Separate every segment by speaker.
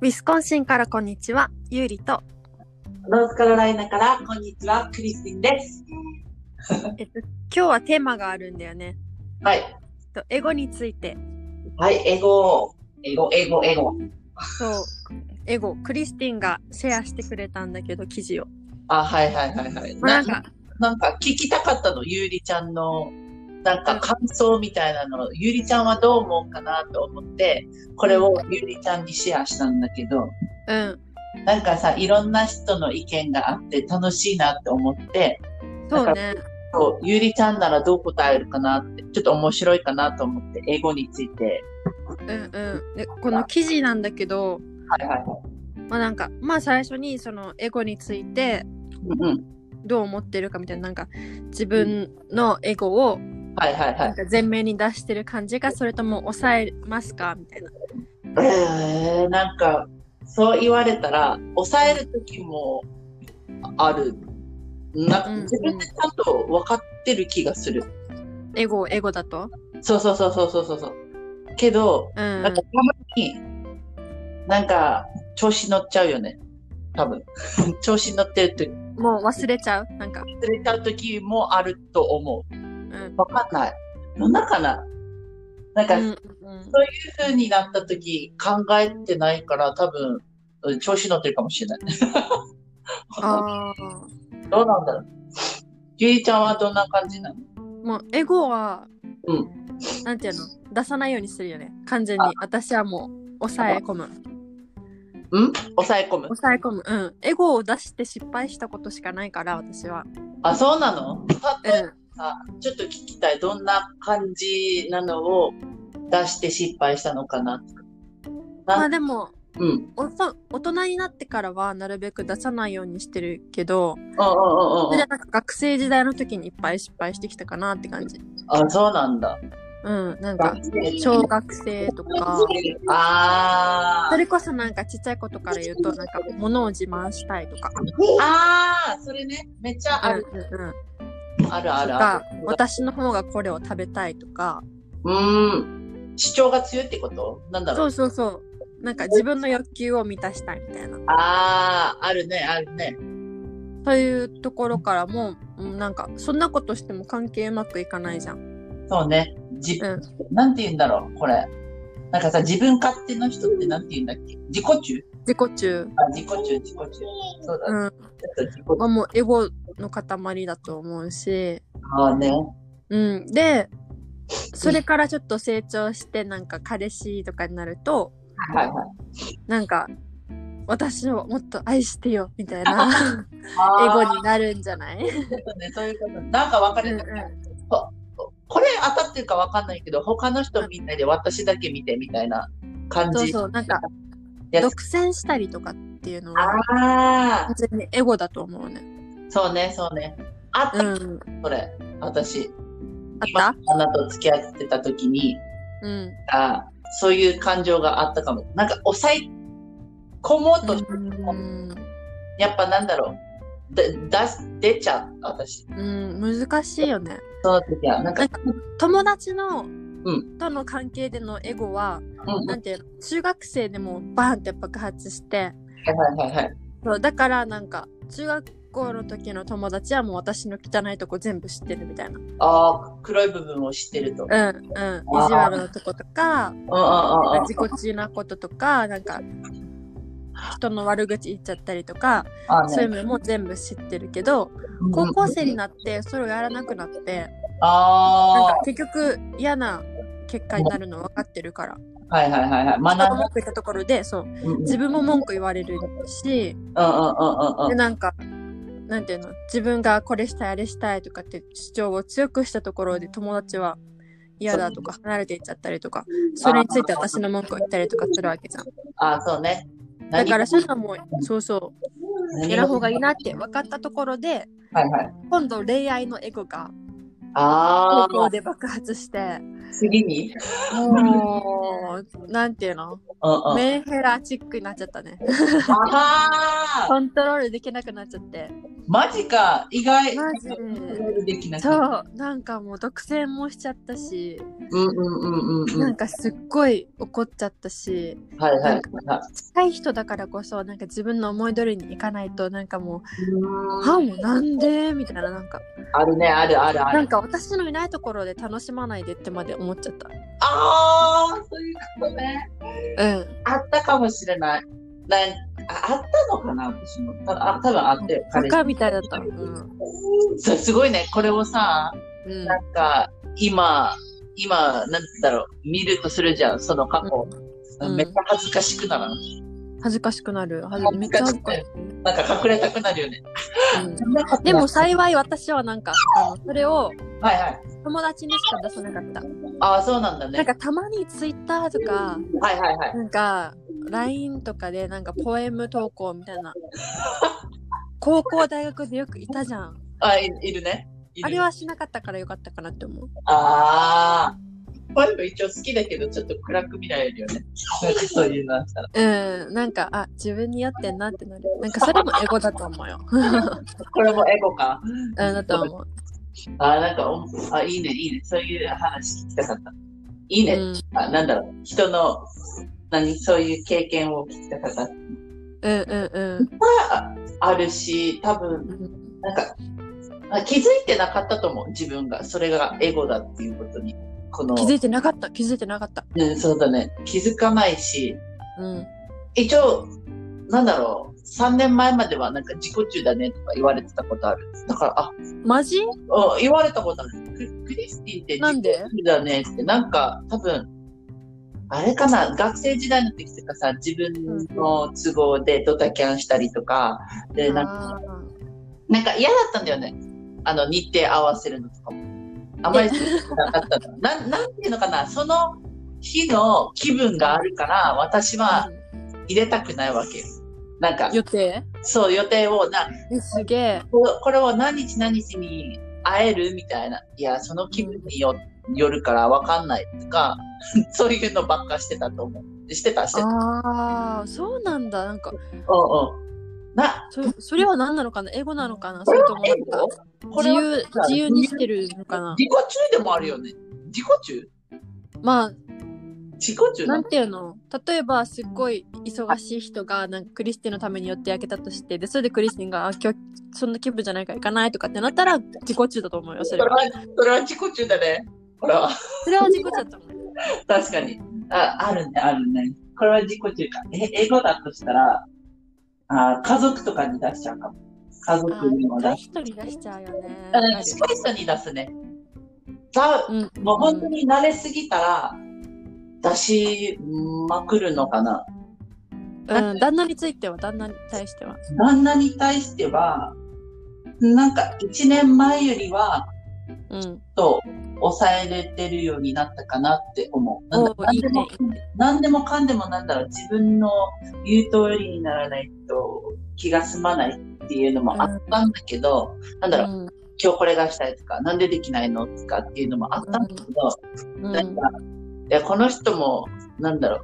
Speaker 1: ウィスコンシンからこんにちは、ゆうりと。
Speaker 2: ノースカロライナから、こんにちは、クリスティンです。
Speaker 1: えっと、今日はテーマがあるんだよね。
Speaker 2: はい。
Speaker 1: えっと、エゴについて。
Speaker 2: はい、英語。英語、英語、英語。
Speaker 1: そう、エゴ、クリスティンがシェアしてくれたんだけど、記事を。
Speaker 2: あ、はいはいはいはい。
Speaker 1: まあ、な
Speaker 2: なん
Speaker 1: か、
Speaker 2: なんか聞きたかったの、ゆうりちゃんの、なんか感想みたいなの、ゆうりちゃんはどう思うかなと思って、これをゆうりちゃんにシェアしたんだけど、
Speaker 1: うん。
Speaker 2: なんかさ、いろんな人の意見があって楽しいなって思って、
Speaker 1: そうね。
Speaker 2: そうゆうりちゃんならどう答えるかなって、ちょっと面白いかなと思って、英語について。
Speaker 1: うんうん。で、この記事なんだけど、
Speaker 2: はいはいはい。
Speaker 1: まあなんか、まあ最初にそのエゴについて
Speaker 2: うんうん。
Speaker 1: どう思ってるかみたいな、なんか自分のエゴを
Speaker 2: はいはいは
Speaker 1: ないん。か前面に出してる感じか、それとも抑えますかみたいな。
Speaker 2: えー、なんかそう言われたら抑える時もあるな
Speaker 1: うん
Speaker 2: 自分でちゃんと分かってる気がする、
Speaker 1: エゴをエゴだと
Speaker 2: そうそうそうそうそうそうそうけど
Speaker 1: う
Speaker 2: なん
Speaker 1: ん
Speaker 2: か。たまになんか調子乗っちゃうよね多分 調子乗ってる時
Speaker 1: もう忘れちゃうなんか。
Speaker 2: 忘れちゃう時もあると思
Speaker 1: うん
Speaker 2: う。分かんないなんだかななんか、
Speaker 1: う
Speaker 2: そうんい
Speaker 1: う
Speaker 2: う
Speaker 1: ん
Speaker 2: 風になった時考えてないから多分うん調子乗ってるかもしれない
Speaker 1: ああ。
Speaker 2: どうなんだろう。ゆいちゃんはどんな感じなの
Speaker 1: もうエゴは、
Speaker 2: う
Speaker 1: なんていうの出さないようにするよね完全に
Speaker 2: あ
Speaker 1: 私はもう抑え込む
Speaker 2: うん抑え込む。
Speaker 1: 抑え込むうんエゴを出して失敗したことしかないから私は
Speaker 2: あ、そうなの
Speaker 1: う
Speaker 2: 例え
Speaker 1: ん
Speaker 2: ば、ちょっと聞きたい。どんな感じなのを出して失敗したのかな
Speaker 1: まあ
Speaker 2: な
Speaker 1: でも
Speaker 2: うん。うん
Speaker 1: おと大人になってからはなるべく出さないようにしてるけど
Speaker 2: うんうん
Speaker 1: そ
Speaker 2: うん
Speaker 1: れで
Speaker 2: うん。
Speaker 1: なんか学生時代の時にいっぱい失敗してきたかなって感じ
Speaker 2: あ、そうなんだ。
Speaker 1: うんなんか小学生とか
Speaker 2: あ
Speaker 1: そ
Speaker 2: ー
Speaker 1: れこそなんかちっちゃいことから言うとなんか物を自慢したいとか、
Speaker 2: あー、それね。めっちゃあ
Speaker 1: うん
Speaker 2: る。
Speaker 1: うんうん、
Speaker 2: あるあ
Speaker 1: と
Speaker 2: るあ
Speaker 1: か
Speaker 2: る。
Speaker 1: 私の方がこれを食べたいとか
Speaker 2: うん。主張が強いってことなんだろ。
Speaker 1: そううそうそうなんか自分の欲求を満たしたいみたいな
Speaker 2: あー、あるね、あるね。
Speaker 1: そういうところからもうんなんかそんなことしても関係うまくいかないじゃん
Speaker 2: そうね。じ
Speaker 1: うん
Speaker 2: なんて言うんだろう、これ。なんかさ、自分勝手の人ってなんて言うんだっけ自己中
Speaker 1: 自己中
Speaker 2: あ、自己中、自己中。そうだ、
Speaker 1: うん
Speaker 2: ちょっと自己中。
Speaker 1: はもうエゴの塊だと思うし
Speaker 2: あーね。
Speaker 1: うんでそれからちょっと成長してなんか彼氏とかになると
Speaker 2: はいはい。
Speaker 1: なんか私をもっと愛してよみたい なエ
Speaker 2: あ
Speaker 1: ゴ
Speaker 2: ー
Speaker 1: になるんじゃない
Speaker 2: そういうことね、そういうこと。なんか分かれた、
Speaker 1: うん
Speaker 2: これ当たってるか分かんないけど、他の人みんなで私だけ見てみたいな感
Speaker 1: そう
Speaker 2: じ。
Speaker 1: そうなんか
Speaker 2: やつ
Speaker 1: 独占したりとかっていうのは
Speaker 2: ああ
Speaker 1: 完、全にエゴだと思うね
Speaker 2: そうね、そうね。あった、
Speaker 1: うん
Speaker 2: それ。私、
Speaker 1: あっ
Speaker 2: 今
Speaker 1: た
Speaker 2: あなたと付き合ってた時に、
Speaker 1: うん。
Speaker 2: あーそういう感情があったかも。なんか抑え込もうとして
Speaker 1: うん、
Speaker 2: やっぱなんだろう。で、出す、出ちゃう、私。
Speaker 1: うん、難しいよね。
Speaker 2: その時は、なんか、
Speaker 1: なんか友達の、
Speaker 2: ん
Speaker 1: との関係でのエゴは、
Speaker 2: うん、は
Speaker 1: ないんていうの、中学生でもバーンって爆発して、
Speaker 2: はいはいはい。
Speaker 1: そうだからなんか、中学校の時の友達はもう私の汚いとこ全部知ってるみたいな。
Speaker 2: ああ、黒い部分を知ってると。うんうん
Speaker 1: うん、うん。意地悪なとことか、
Speaker 2: うんうんうん
Speaker 1: 自己中なこととか、なんか、人の悪口言っちゃったりとか、
Speaker 2: あーね
Speaker 1: そういうのも全部知ってるけど、
Speaker 2: うん
Speaker 1: 高校生になってそれをやらなくなって、なん
Speaker 2: あ
Speaker 1: か結局嫌な結果になるの分かってるから、
Speaker 2: あ、はいはいはいはい。学んだ
Speaker 1: 文句言ったところでそう。
Speaker 2: うんうんうんうん
Speaker 1: 自分も文句言われるし、
Speaker 2: うん
Speaker 1: で
Speaker 2: うん
Speaker 1: なんかなんていうの自分がこれしたいあれしたいとかって主張を強くしたところで友達は嫌だとか離れていっちゃったりとかそれについて私の文句を言ったりとかするわけじゃん
Speaker 2: ああ、そうね。
Speaker 1: だからそういう
Speaker 2: 何
Speaker 1: のはもうそうそう
Speaker 2: 何
Speaker 1: やらほうがいいなって分かったところで
Speaker 2: はいはい。
Speaker 1: 今度恋愛のエゴが
Speaker 2: あ
Speaker 1: 高校で爆発して
Speaker 2: あ、次に、
Speaker 1: もう、なんていうの
Speaker 2: うんうん、
Speaker 1: メンヘラチックになっちゃったね。
Speaker 2: ああ
Speaker 1: コントロールできなくなっちゃって。
Speaker 2: マジか意外
Speaker 1: マジ
Speaker 2: できなくて
Speaker 1: そう、なんかもう独占もしちゃったし、
Speaker 2: うんうんうんうんう
Speaker 1: なんかすっごい怒っちゃったし、
Speaker 2: んはいはい
Speaker 1: なん近い人だからこそ、なんか自分の思い通りにいかないと、なんかもう、
Speaker 2: うーん
Speaker 1: はもうなんでみたいな、なんか、
Speaker 2: あるねあるあるある
Speaker 1: なんか私のいないところで楽しまないでってまで思っちゃった。
Speaker 2: ああそういうことね
Speaker 1: うん。
Speaker 2: あったかもしれないなんああったのかな私もたあ多分あったよ
Speaker 1: バ
Speaker 2: 彼氏
Speaker 1: カみたいだった。うん。
Speaker 2: そうすごいねこれをさ
Speaker 1: うん。
Speaker 2: なんか今今なんだろう見るとするじゃんその過去、
Speaker 1: うん
Speaker 2: めっちゃ恥ずかしくならん
Speaker 1: 恥ずかしくなる。恥ず
Speaker 2: 恥
Speaker 1: めっ
Speaker 2: ず
Speaker 1: ちゃ
Speaker 2: か
Speaker 1: 恥
Speaker 2: し
Speaker 1: ず
Speaker 2: く
Speaker 1: か
Speaker 2: な
Speaker 1: しい
Speaker 2: る。なんか隠れたくなるよね
Speaker 1: うん
Speaker 2: そんなことない
Speaker 1: でも幸い私はなんか、あのそれを
Speaker 2: はいはい
Speaker 1: 友達にしか出さなかった。
Speaker 2: ああそうなんだね
Speaker 1: なんかたまにツイッターとか、
Speaker 2: はいはいはい
Speaker 1: なんか LINE とかでなんかポエム投稿みたいな。高校大学でよくいたじゃん。
Speaker 2: あいいるねいる
Speaker 1: あれはしなかったからよかったかなって思う。
Speaker 2: ああこれも一応好きだけどちょっと暗く見られるよねなんかそういうのあったら
Speaker 1: うん、なんか、あ、自分に合ってんなってなる。なんかそれもエゴだと思うよ。
Speaker 2: これもエゴか
Speaker 1: うん、だと思う。
Speaker 2: ああなんかおあいいねいいねそういう話聞きたかったいいね、
Speaker 1: うん、
Speaker 2: あなんだろう人の何そういう経験を聞きたかった
Speaker 1: うん、うん
Speaker 2: あるし多分
Speaker 1: うん。
Speaker 2: なんかあ気づいてなかったと思う自分がそれがエゴだっていうことにこの
Speaker 1: 気づいてなかった、気づいてなかった。
Speaker 2: うん、そうだね気づかないし
Speaker 1: うん。
Speaker 2: 一応なんだろう3年前まではなんか自己中だねとか言われてたことあるだからあ
Speaker 1: マジ
Speaker 2: うん言われたことあるククリスティンって
Speaker 1: なん
Speaker 2: 自己
Speaker 1: で
Speaker 2: 中だねってなんか多分あれかな学生時代の時とかさ自分の都合でドタキャンしたりとかでなんか
Speaker 1: あー
Speaker 2: なんか嫌だったんだよね。あの、日程合わせるのとかも。あまり好きじゃなかったの。なん、なんていうのかな、その日の気分があるから、私は
Speaker 1: うん
Speaker 2: 入れたくないわけよ。なんか、
Speaker 1: 予定
Speaker 2: そう、予定を、な、
Speaker 1: えすげえ。
Speaker 2: ここれを何日何日に会えるみたいな。いや、その気分によよるからわかんないとか、 そういうのばっかしてたと思う。してた、してた。
Speaker 1: ああ、そうなんだ。なんか、
Speaker 2: うんうん。な、
Speaker 1: そそれは何なのかな英語なのかなそれとも
Speaker 2: え
Speaker 1: なんか自
Speaker 2: これは
Speaker 1: 由自由にしてるのかな
Speaker 2: 自己中でもあるよね。自己中
Speaker 1: ま
Speaker 2: 自己中
Speaker 1: あ、な
Speaker 2: なの
Speaker 1: んていうの例えば、すっごい忙しい人が、なんかクリスティのために寄ってあげたとして、で、それでクリスティンが、あ、今日、そんな気分じゃないから行かないとかってなったら、自己中だと思うよ、そ
Speaker 2: そ
Speaker 1: れ
Speaker 2: れ
Speaker 1: は。
Speaker 2: は、それは自己中だね。これは、
Speaker 1: それは自己中だと思う。
Speaker 2: 確かに。あ、あるね、あるね。これは自己中か。え、英語だとしたら、あ家族とかに出しちゃうかも。家
Speaker 1: あ
Speaker 2: 族にも
Speaker 1: ー、
Speaker 2: 出
Speaker 1: 一
Speaker 2: し
Speaker 1: 人に出しちゃうよね。
Speaker 2: あ近い人に出すね。だ
Speaker 1: うん、うん
Speaker 2: もう本当に慣れすぎたら、出しまくるのかな。
Speaker 1: うん、旦那については、旦那に対しては。
Speaker 2: 旦那に対しては、なんか一年前よりは、
Speaker 1: うん。
Speaker 2: と抑えれてるようになったかなって思う。
Speaker 1: おー
Speaker 2: 何
Speaker 1: いい
Speaker 2: で
Speaker 1: ね
Speaker 2: も何でもかんでもなんだろう、自分の言う通りにならないと気が済まないっていうのもあったんだけど、なんだろう、
Speaker 1: うん
Speaker 2: 今日これがしたいとか、なんでできないのとかっていうのもあったんだけど、
Speaker 1: う
Speaker 2: なん
Speaker 1: ん
Speaker 2: か、いや、この人も、なんだろう、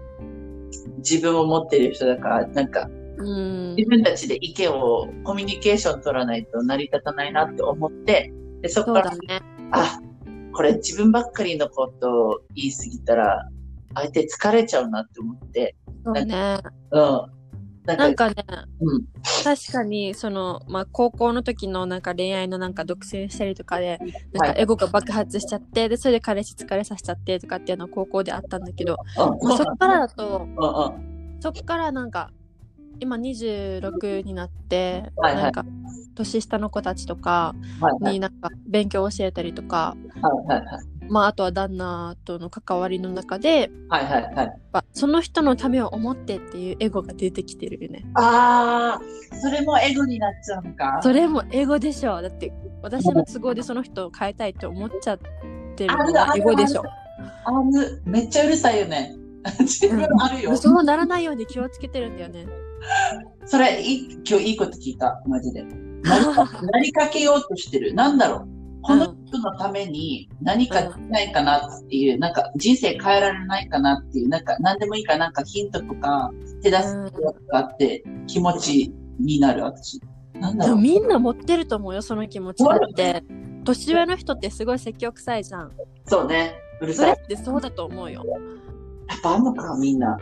Speaker 2: 自分を持ってる人だから、なんか、
Speaker 1: うん
Speaker 2: 自分たちで意見を、コミュニケーション取らないと成り立たないなって思って、でそ
Speaker 1: そ
Speaker 2: こ
Speaker 1: う
Speaker 2: か
Speaker 1: だ
Speaker 2: ら
Speaker 1: ね。
Speaker 2: あこれ自分ばっかりのことを言い過ぎたら相手疲れちゃうなって思って、
Speaker 1: そうね。
Speaker 2: うん。なんか、
Speaker 1: なんかね、
Speaker 2: うん。
Speaker 1: 確かにその、まあ、高校の時のなんか恋愛のなんか独占したりとかでな
Speaker 2: は
Speaker 1: ん
Speaker 2: い
Speaker 1: かエゴが爆発しちゃってでそれで彼氏疲れさせちゃってとかっていうのは高校であったんだけど、
Speaker 2: うん
Speaker 1: まあ、そっからだと
Speaker 2: うんうん。
Speaker 1: そっからなんか今26になって、
Speaker 2: はいはい
Speaker 1: なんか年下の子たちとか
Speaker 2: はいはい
Speaker 1: になんか勉強教えたりとか、
Speaker 2: はいはい
Speaker 1: まあ、あとは旦那との関わりの中でやっ
Speaker 2: はいはいはいはい。
Speaker 1: ぱその人のためを思ってっていうエゴが出てきてるよね。
Speaker 2: ああ、それもエゴになっちゃうのか。
Speaker 1: それも英語でしょだって私の都合でその人を変えたいって思っちゃってるのが英語でしょ
Speaker 2: あむめっちゃうるさいよね。 自分あるよ。
Speaker 1: そうならないように気をつけてるんだよね
Speaker 2: それい い、今日いいこと聞いた、マジで。なりなりかけようとしてる。なんだろう。この
Speaker 1: うん
Speaker 2: 夫のために何かできないかなっていう、なんか人生変えられないかなっていう、なんか何でもいいからなんかヒントとか手助けとかあって気持ちになる私。なんだ
Speaker 1: で
Speaker 2: ろ
Speaker 1: も
Speaker 2: う。
Speaker 1: みんな持ってると思うよその気持ちだって年上の人ってすごい説教臭いじゃん
Speaker 2: そうね。うる
Speaker 1: そ
Speaker 2: さい。
Speaker 1: れって
Speaker 2: や
Speaker 1: そうだと思うよ、
Speaker 2: っぱあんのか、みんな。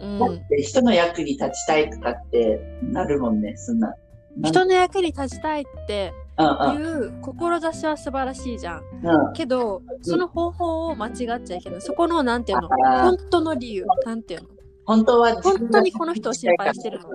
Speaker 1: うん
Speaker 2: だ、って人の役に立ちたいとかってなるもんね、そんな。なん
Speaker 1: 人の役に立ちたいって
Speaker 2: うん
Speaker 1: いう志は素晴らしいじゃん
Speaker 2: うんうん。
Speaker 1: けどその方法を間違っちゃいけないそこのなんていうの
Speaker 2: だから
Speaker 1: 本当の理由なんていうの
Speaker 2: 本当は自分
Speaker 1: 本当
Speaker 2: が
Speaker 1: にこの人を心配してるの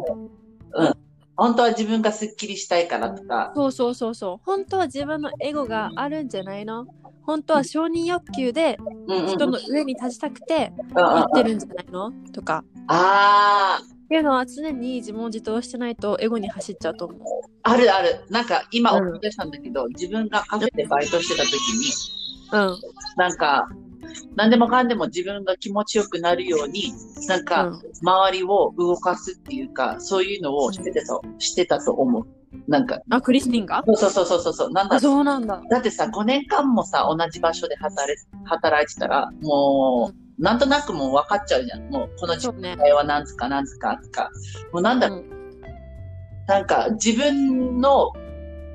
Speaker 2: 本当は自分がスッキリしたいからとか、
Speaker 1: そうそうそうそう本当は自分のエゴがあるんじゃないの本当は承認欲求で
Speaker 2: うんうんうん
Speaker 1: 人の上に立ちたくて
Speaker 2: うん
Speaker 1: 言っ
Speaker 2: うん
Speaker 1: てるんじゃないのとか
Speaker 2: あー
Speaker 1: っていうのは常に自問自答してないとエゴに走っちゃうと思う。
Speaker 2: あるあるなんか今
Speaker 1: うん
Speaker 2: 思い出したんだけど、自分がカフェでバイトしてた時に
Speaker 1: うん。
Speaker 2: なんか何でもかんでも自分が気持ちよくなるようになん
Speaker 1: う
Speaker 2: か
Speaker 1: ん
Speaker 2: 周りを動かすっていうかそういうのをしてたとしてたと思うなんか
Speaker 1: あ、クリスティンが
Speaker 2: そうそうそうそうそうなんだ
Speaker 1: あ、
Speaker 2: ろう
Speaker 1: そうなんだ。
Speaker 2: だってさ5年間もさ同じ場所で働い働いてたらもうなんとなくもう分かっちゃうじゃんもうこの時
Speaker 1: そうね。
Speaker 2: 会は何つか何つかとかもうなんだろう
Speaker 1: うん
Speaker 2: なんか自分の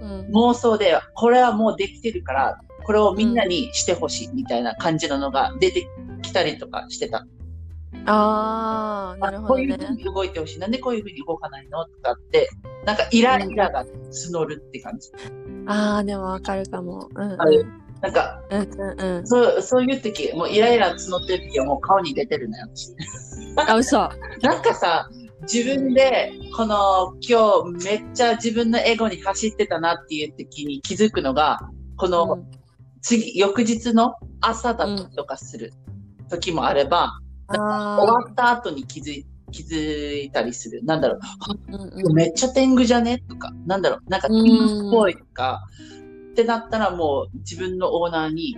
Speaker 1: うん。
Speaker 2: 妄想でこれはもうできてるからこれをみんなにしてほしいみたいな感じののが出てきたりとかしてた。
Speaker 1: あー、なる
Speaker 2: こ
Speaker 1: ほ
Speaker 2: う
Speaker 1: ど
Speaker 2: いうふう
Speaker 1: ね。
Speaker 2: に動いてほしい。なんでこういうふうに動かないのとかって、なんかイライラが募るって感じ。
Speaker 1: あー、でもわかるかも。うんうん。
Speaker 2: あるなんか、
Speaker 1: うんうんうん。
Speaker 2: そう、そういう時、もうイライラ募ってる時はもう顔に出てるのよ。私
Speaker 1: あ、嘘。
Speaker 2: なんかさ、自分で、この、今日めっちゃ自分のエゴに走ってたなっていう時に気づくのが、この、
Speaker 1: うん
Speaker 2: 次、翌日の朝だったりとかする時もあれば、終
Speaker 1: あ
Speaker 2: わった後に気づい気づいたりする。なんだろう、
Speaker 1: ー、うんうん。
Speaker 2: めっちゃ天狗じゃねとか、なんだろう、なんか
Speaker 1: う
Speaker 2: 天
Speaker 1: ん
Speaker 2: 狗っぽいとか、ってなったらもう自分のオーナーに、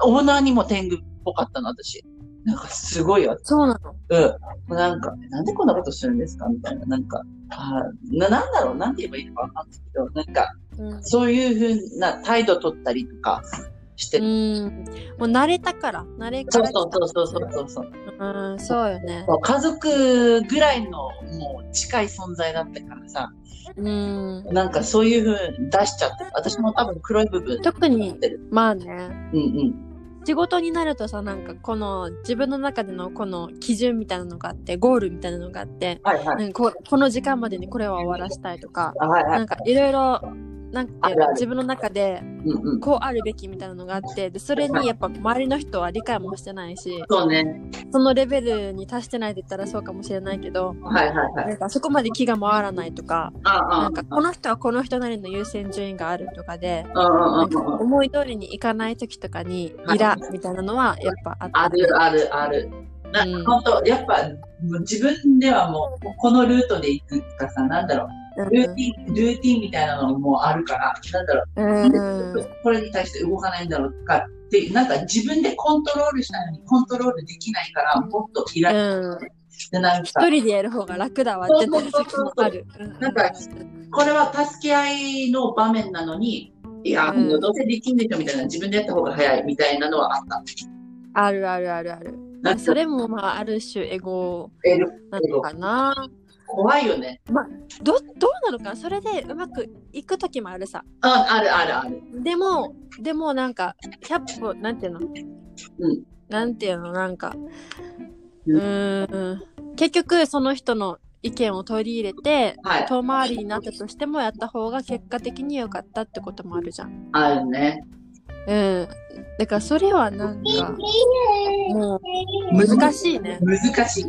Speaker 2: オーナーにも天狗っぽかったの、私。なんかすごいわ。
Speaker 1: そうなの。
Speaker 2: うん。もうなんか、なんでこんなことするんですかみたいな。なんか、あーななんだろう、なんて言えばいいのかわかんないけど、なんか、
Speaker 1: うん
Speaker 2: そういうふうな態度取ったりとかして
Speaker 1: う
Speaker 2: る。
Speaker 1: ん。もう慣れたから。慣れか
Speaker 2: そう
Speaker 1: ら来た。
Speaker 2: そうそうそうそうそう。
Speaker 1: うん、そうよね。
Speaker 2: 家族ぐらいのもう近い存在だったからさ、
Speaker 1: うん。
Speaker 2: なんかそういう風に出しちゃって、私も多分黒い部分
Speaker 1: 特
Speaker 2: 持っ
Speaker 1: に
Speaker 2: てる。
Speaker 1: まあね
Speaker 2: うんうん。
Speaker 1: 仕事になるとさなんかこの自分の中でのこの基準みたいなのがあってゴールみたいなのがあって
Speaker 2: はいは
Speaker 1: な
Speaker 2: い。
Speaker 1: んかここの時間までにこれは終わらしたいとか、
Speaker 2: あはいは。
Speaker 1: ないんかいろいろ、なん
Speaker 2: あ
Speaker 1: か
Speaker 2: るある
Speaker 1: 自分の中で
Speaker 2: うんうん。
Speaker 1: こうあるべきみたいなのがあって、でそれにやっぱ周りの人は理解もしてないし、
Speaker 2: そうね。
Speaker 1: そのレベルに達してないって言ったらそうかもしれないけど、
Speaker 2: はいはいは。
Speaker 1: ないんかそこまで気が回らないとか、
Speaker 2: あ
Speaker 1: な
Speaker 2: あ
Speaker 1: んかこの人はこの人なりの優先順位があるとかで、
Speaker 2: あ。うんう
Speaker 1: なんん
Speaker 2: う
Speaker 1: か
Speaker 2: んうん。
Speaker 1: 思い通りにいかない時とかに
Speaker 2: はい
Speaker 1: イラみたいなのはやっぱあった。
Speaker 2: あるあるある。な
Speaker 1: うん
Speaker 2: 本当やっぱもう自分ではもうこのルートで行くとかさ、なんだろう、
Speaker 1: うん
Speaker 2: ルーティン、ルーティンみたいなのもあるから、なんだろう、
Speaker 1: うんうん
Speaker 2: これに対して動かないんだろうとかって、なんか自分でコントロールしたのにコントロールできないから、もっとイライラ
Speaker 1: うん
Speaker 2: して、なんか、
Speaker 1: 一人でやる方が楽だわってなる時もある。
Speaker 2: なんかこれは助け合いの場面なのに、いや、
Speaker 1: うん
Speaker 2: もうどうせできんでしょみたいな、自分でやった方が早いみたいなのはあった。
Speaker 1: あるあるあるある。
Speaker 2: なんか
Speaker 1: それもまあある種エゴ
Speaker 2: えー
Speaker 1: なのかな。
Speaker 2: 怖いよね。
Speaker 1: どどうなのかなそれでうまくいく時もあるさ。
Speaker 2: あ、あるあるある。
Speaker 1: でもでもなんか100歩なんていうの
Speaker 2: うん。
Speaker 1: なんていうのなんかうーん結局その人の意見を取り入れて
Speaker 2: はい。
Speaker 1: 遠回りになったとしてもやった方が結果的に良かったってこともあるじゃん。
Speaker 2: あるね。
Speaker 1: うん。だからそれはなんかもう難しいね。
Speaker 2: 難しい。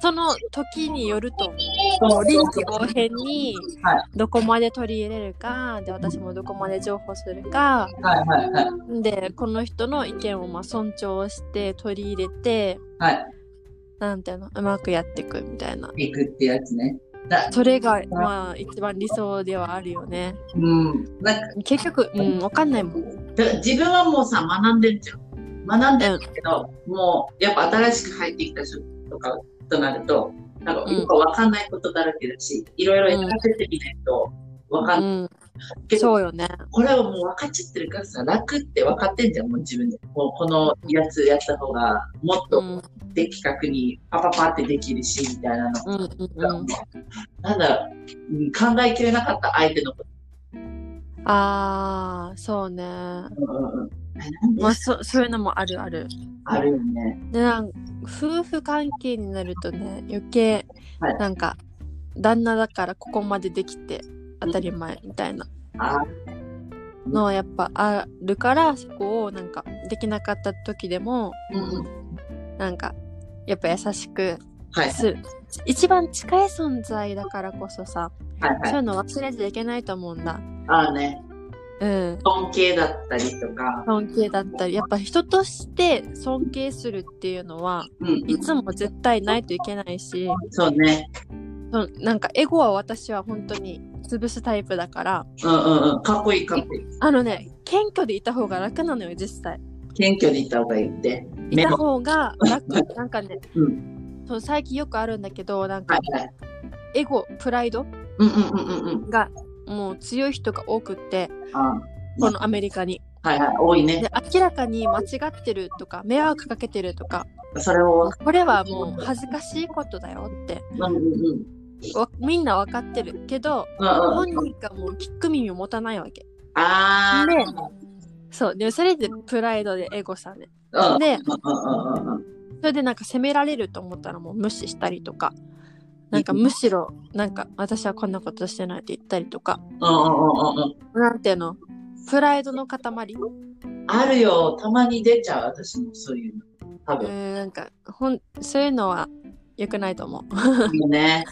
Speaker 1: その時によると思う。
Speaker 2: そう
Speaker 1: 臨機応変に
Speaker 2: はい
Speaker 1: どこまで取り入れるかで私もどこまで情報するか
Speaker 2: はいはいはい。
Speaker 1: でこの人の意見をまあ尊重して取り入れて
Speaker 2: は。
Speaker 1: なんていうのうまくやっていくみたいない
Speaker 2: いくってやつね。だ
Speaker 1: それがまあ一番理想ではあるよね
Speaker 2: うん。なんか、
Speaker 1: 結局うんわかんないもん
Speaker 2: だから自分はもうさ、学んでんじゃん。学んでんだけど、もう、やっぱ新しく入ってきた人とかとなると、なんか、
Speaker 1: うん
Speaker 2: よくわかんないことだらけだし、いろいろ選べてみないと、わかん
Speaker 1: う
Speaker 2: ない
Speaker 1: ん
Speaker 2: けど、
Speaker 1: そうよね。
Speaker 2: これはもう分かっちゃってるからさ、楽って分かってんじゃん、もう自分で。もうこのやつやった方が、もっ
Speaker 1: う
Speaker 2: と
Speaker 1: ん。
Speaker 2: 的確にパパパってできるし、みたいなの
Speaker 1: うんうんうん。
Speaker 2: なんだろう、うん考えきれなかった相手のこ
Speaker 1: ああ、そうね。
Speaker 2: と。うんうんうんえなんで
Speaker 1: まあ、そそういうのもあるある。
Speaker 2: あるよね。
Speaker 1: で、なん夫婦関係になるとね、余計
Speaker 2: はい、
Speaker 1: なんか、旦那だからここまでできて当たり前みたいな
Speaker 2: あ
Speaker 1: のはやっぱあるから、そこをなんか、できなかった時でも、
Speaker 2: うんうん。
Speaker 1: なんか、やっぱ優しく
Speaker 2: はい。
Speaker 1: する。一番近い存在だからこそさ、
Speaker 2: はい
Speaker 1: そう
Speaker 2: はいい。
Speaker 1: うの忘れちゃいけないと思うんだ。
Speaker 2: ああね、
Speaker 1: うん。
Speaker 2: 尊敬だったりとか、
Speaker 1: 尊敬だったり、やっぱ人として尊敬するっていうのは、
Speaker 2: うんうん、
Speaker 1: いつも絶対ないといけないし、
Speaker 2: そうね。
Speaker 1: そうなんかエゴは私は本当に潰すタイプだから、
Speaker 2: うんうんうん。かっこいいかっこいい。
Speaker 1: あのね、謙虚でいた方が楽なのよ、実際。
Speaker 2: 謙虚にいた方がいいって。
Speaker 1: い
Speaker 2: メ
Speaker 1: た
Speaker 2: モ。
Speaker 1: 方が 楽。なんかね、
Speaker 2: う
Speaker 1: そう最近よくあるんだけど、なん
Speaker 2: は
Speaker 1: か
Speaker 2: いはい。
Speaker 1: エゴ、プライド
Speaker 2: うんうんうんうんうん。
Speaker 1: がもう強い人が多くって、
Speaker 2: あ
Speaker 1: このアメリカに。
Speaker 2: はいはい。多いね
Speaker 1: で。、明らかに間違ってるとか、迷惑かけてるとか、
Speaker 2: それを。
Speaker 1: これはもう恥ずかしいことだよって、
Speaker 2: うんうんうん。うん
Speaker 1: わみんなわかってるけど、
Speaker 2: うん
Speaker 1: 本
Speaker 2: うん。
Speaker 1: 人がもう聞く耳を持たないわけ。
Speaker 2: ああ。
Speaker 1: ねそう、でそれでプライドでエゴさね。
Speaker 2: うん
Speaker 1: で、
Speaker 2: うんうんうんうん。
Speaker 1: それでなんか責められると思ったらもう無視したりとか、なんかむしろ、なんか私はこんなことしてないって言ったりとか、
Speaker 2: うんうんうんうん。
Speaker 1: なんていうの、プライドの塊、
Speaker 2: あるよ、たまに出ちゃう、私もそういうの。多
Speaker 1: う
Speaker 2: 分。
Speaker 1: ん、なんかほん、そういうのは良くないと思
Speaker 2: いいよね。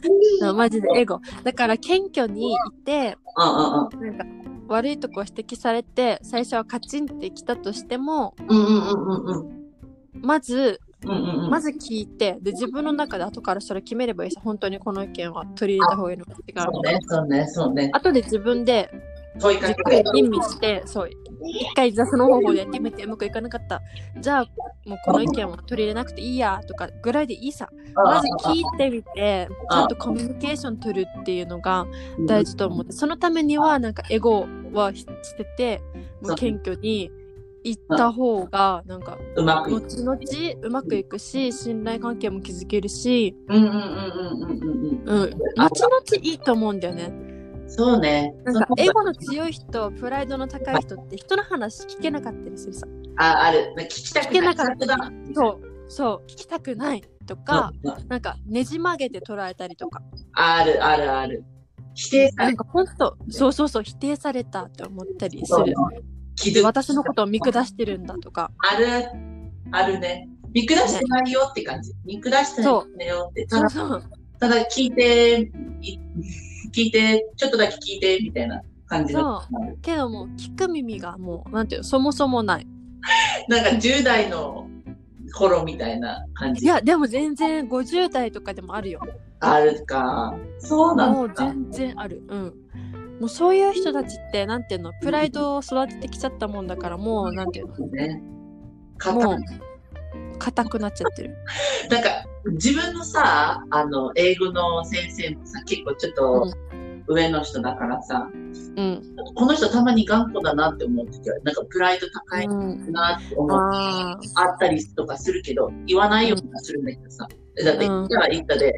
Speaker 1: う。マジでエゴ。だから謙虚にいて、
Speaker 2: うんうん
Speaker 1: なんか悪いとこを指摘されて、最初はカチンってきたとしても、
Speaker 2: うん。うんうんうんうん
Speaker 1: まず、
Speaker 2: うん。うんうんうん。
Speaker 1: まず聞いて、で、自分の中で後からそれ決めればいいさ、本当にこの意見は取り入れた方がいいのかってか
Speaker 2: そうね、そうね、そうね。
Speaker 1: 後で自分で
Speaker 2: 問いか
Speaker 1: じっ
Speaker 2: け
Speaker 1: くり
Speaker 2: る。
Speaker 1: 吟味して、そう、一回じゃあその方法でやってみて、うまくいかなかった。じゃあ、もうこの意見は取り入れなくていいやとかぐらいでいいさ。まず聞いてみて、ちゃんとコミュニケーション取るっていうのが大事と思って、そのためには、なんかエゴは捨てて、もう謙虚に行った方が、なんか、
Speaker 2: うん。うまくいく。
Speaker 1: 後々うまくいくし、信頼関係も築けるし、
Speaker 2: うんうんうんうんうんうん
Speaker 1: うん、後々いいと思うんだよね。
Speaker 2: うん。そうね。
Speaker 1: なんか
Speaker 2: その
Speaker 1: エゴの強い人、プライドの高い人って人の話聞けなかったりするさ。
Speaker 2: あ、ある。聞きたく
Speaker 1: 聞け
Speaker 2: ない。
Speaker 1: なかった
Speaker 2: 雑だ
Speaker 1: そう、そう、聞きたくないとか、
Speaker 2: うんうん
Speaker 1: なんかねじ曲げて捉えたりとか、
Speaker 2: あるあるある。否定さ
Speaker 1: な
Speaker 2: れ
Speaker 1: んか本当、そうそうそう、否定されたって思ったりす
Speaker 2: そう
Speaker 1: る。
Speaker 2: 傷
Speaker 1: 私のことを見下してるんだとか、
Speaker 2: ある、あるね。見下してないよって感じ。見下してないんだよって。た
Speaker 1: そう
Speaker 2: だ、
Speaker 1: そう、
Speaker 2: ただ聞いて、い聞いて、ちょっとだけ聞いて、みたいな感じの。
Speaker 1: けどもう聞く耳がもう、なんていうの、そもそもない。
Speaker 2: なんか10代の頃みたいな感
Speaker 1: い
Speaker 2: じ。
Speaker 1: や、でも全然50代とかでもあるよ。
Speaker 2: あるか。そうな
Speaker 1: も
Speaker 2: ん
Speaker 1: う
Speaker 2: だ。
Speaker 1: 全然ある。うん。もうそういう人たちって、なんていうの、プライドを育ててきちゃったもんだから、もう、なんていうの、
Speaker 2: ね。かた
Speaker 1: もう、硬くなっちゃってる。
Speaker 2: なんか、自分のさ、あの、英語の先生もさ、結構ちょっと上の人だからさ、
Speaker 1: うん。
Speaker 2: この人たまに頑固だなって思う時は、なんかプライド高い
Speaker 1: うん、
Speaker 2: なって思う。
Speaker 1: あ
Speaker 2: あったりとかするけど、言わないようにはするんだけどさ。だって、言ったら言ったで、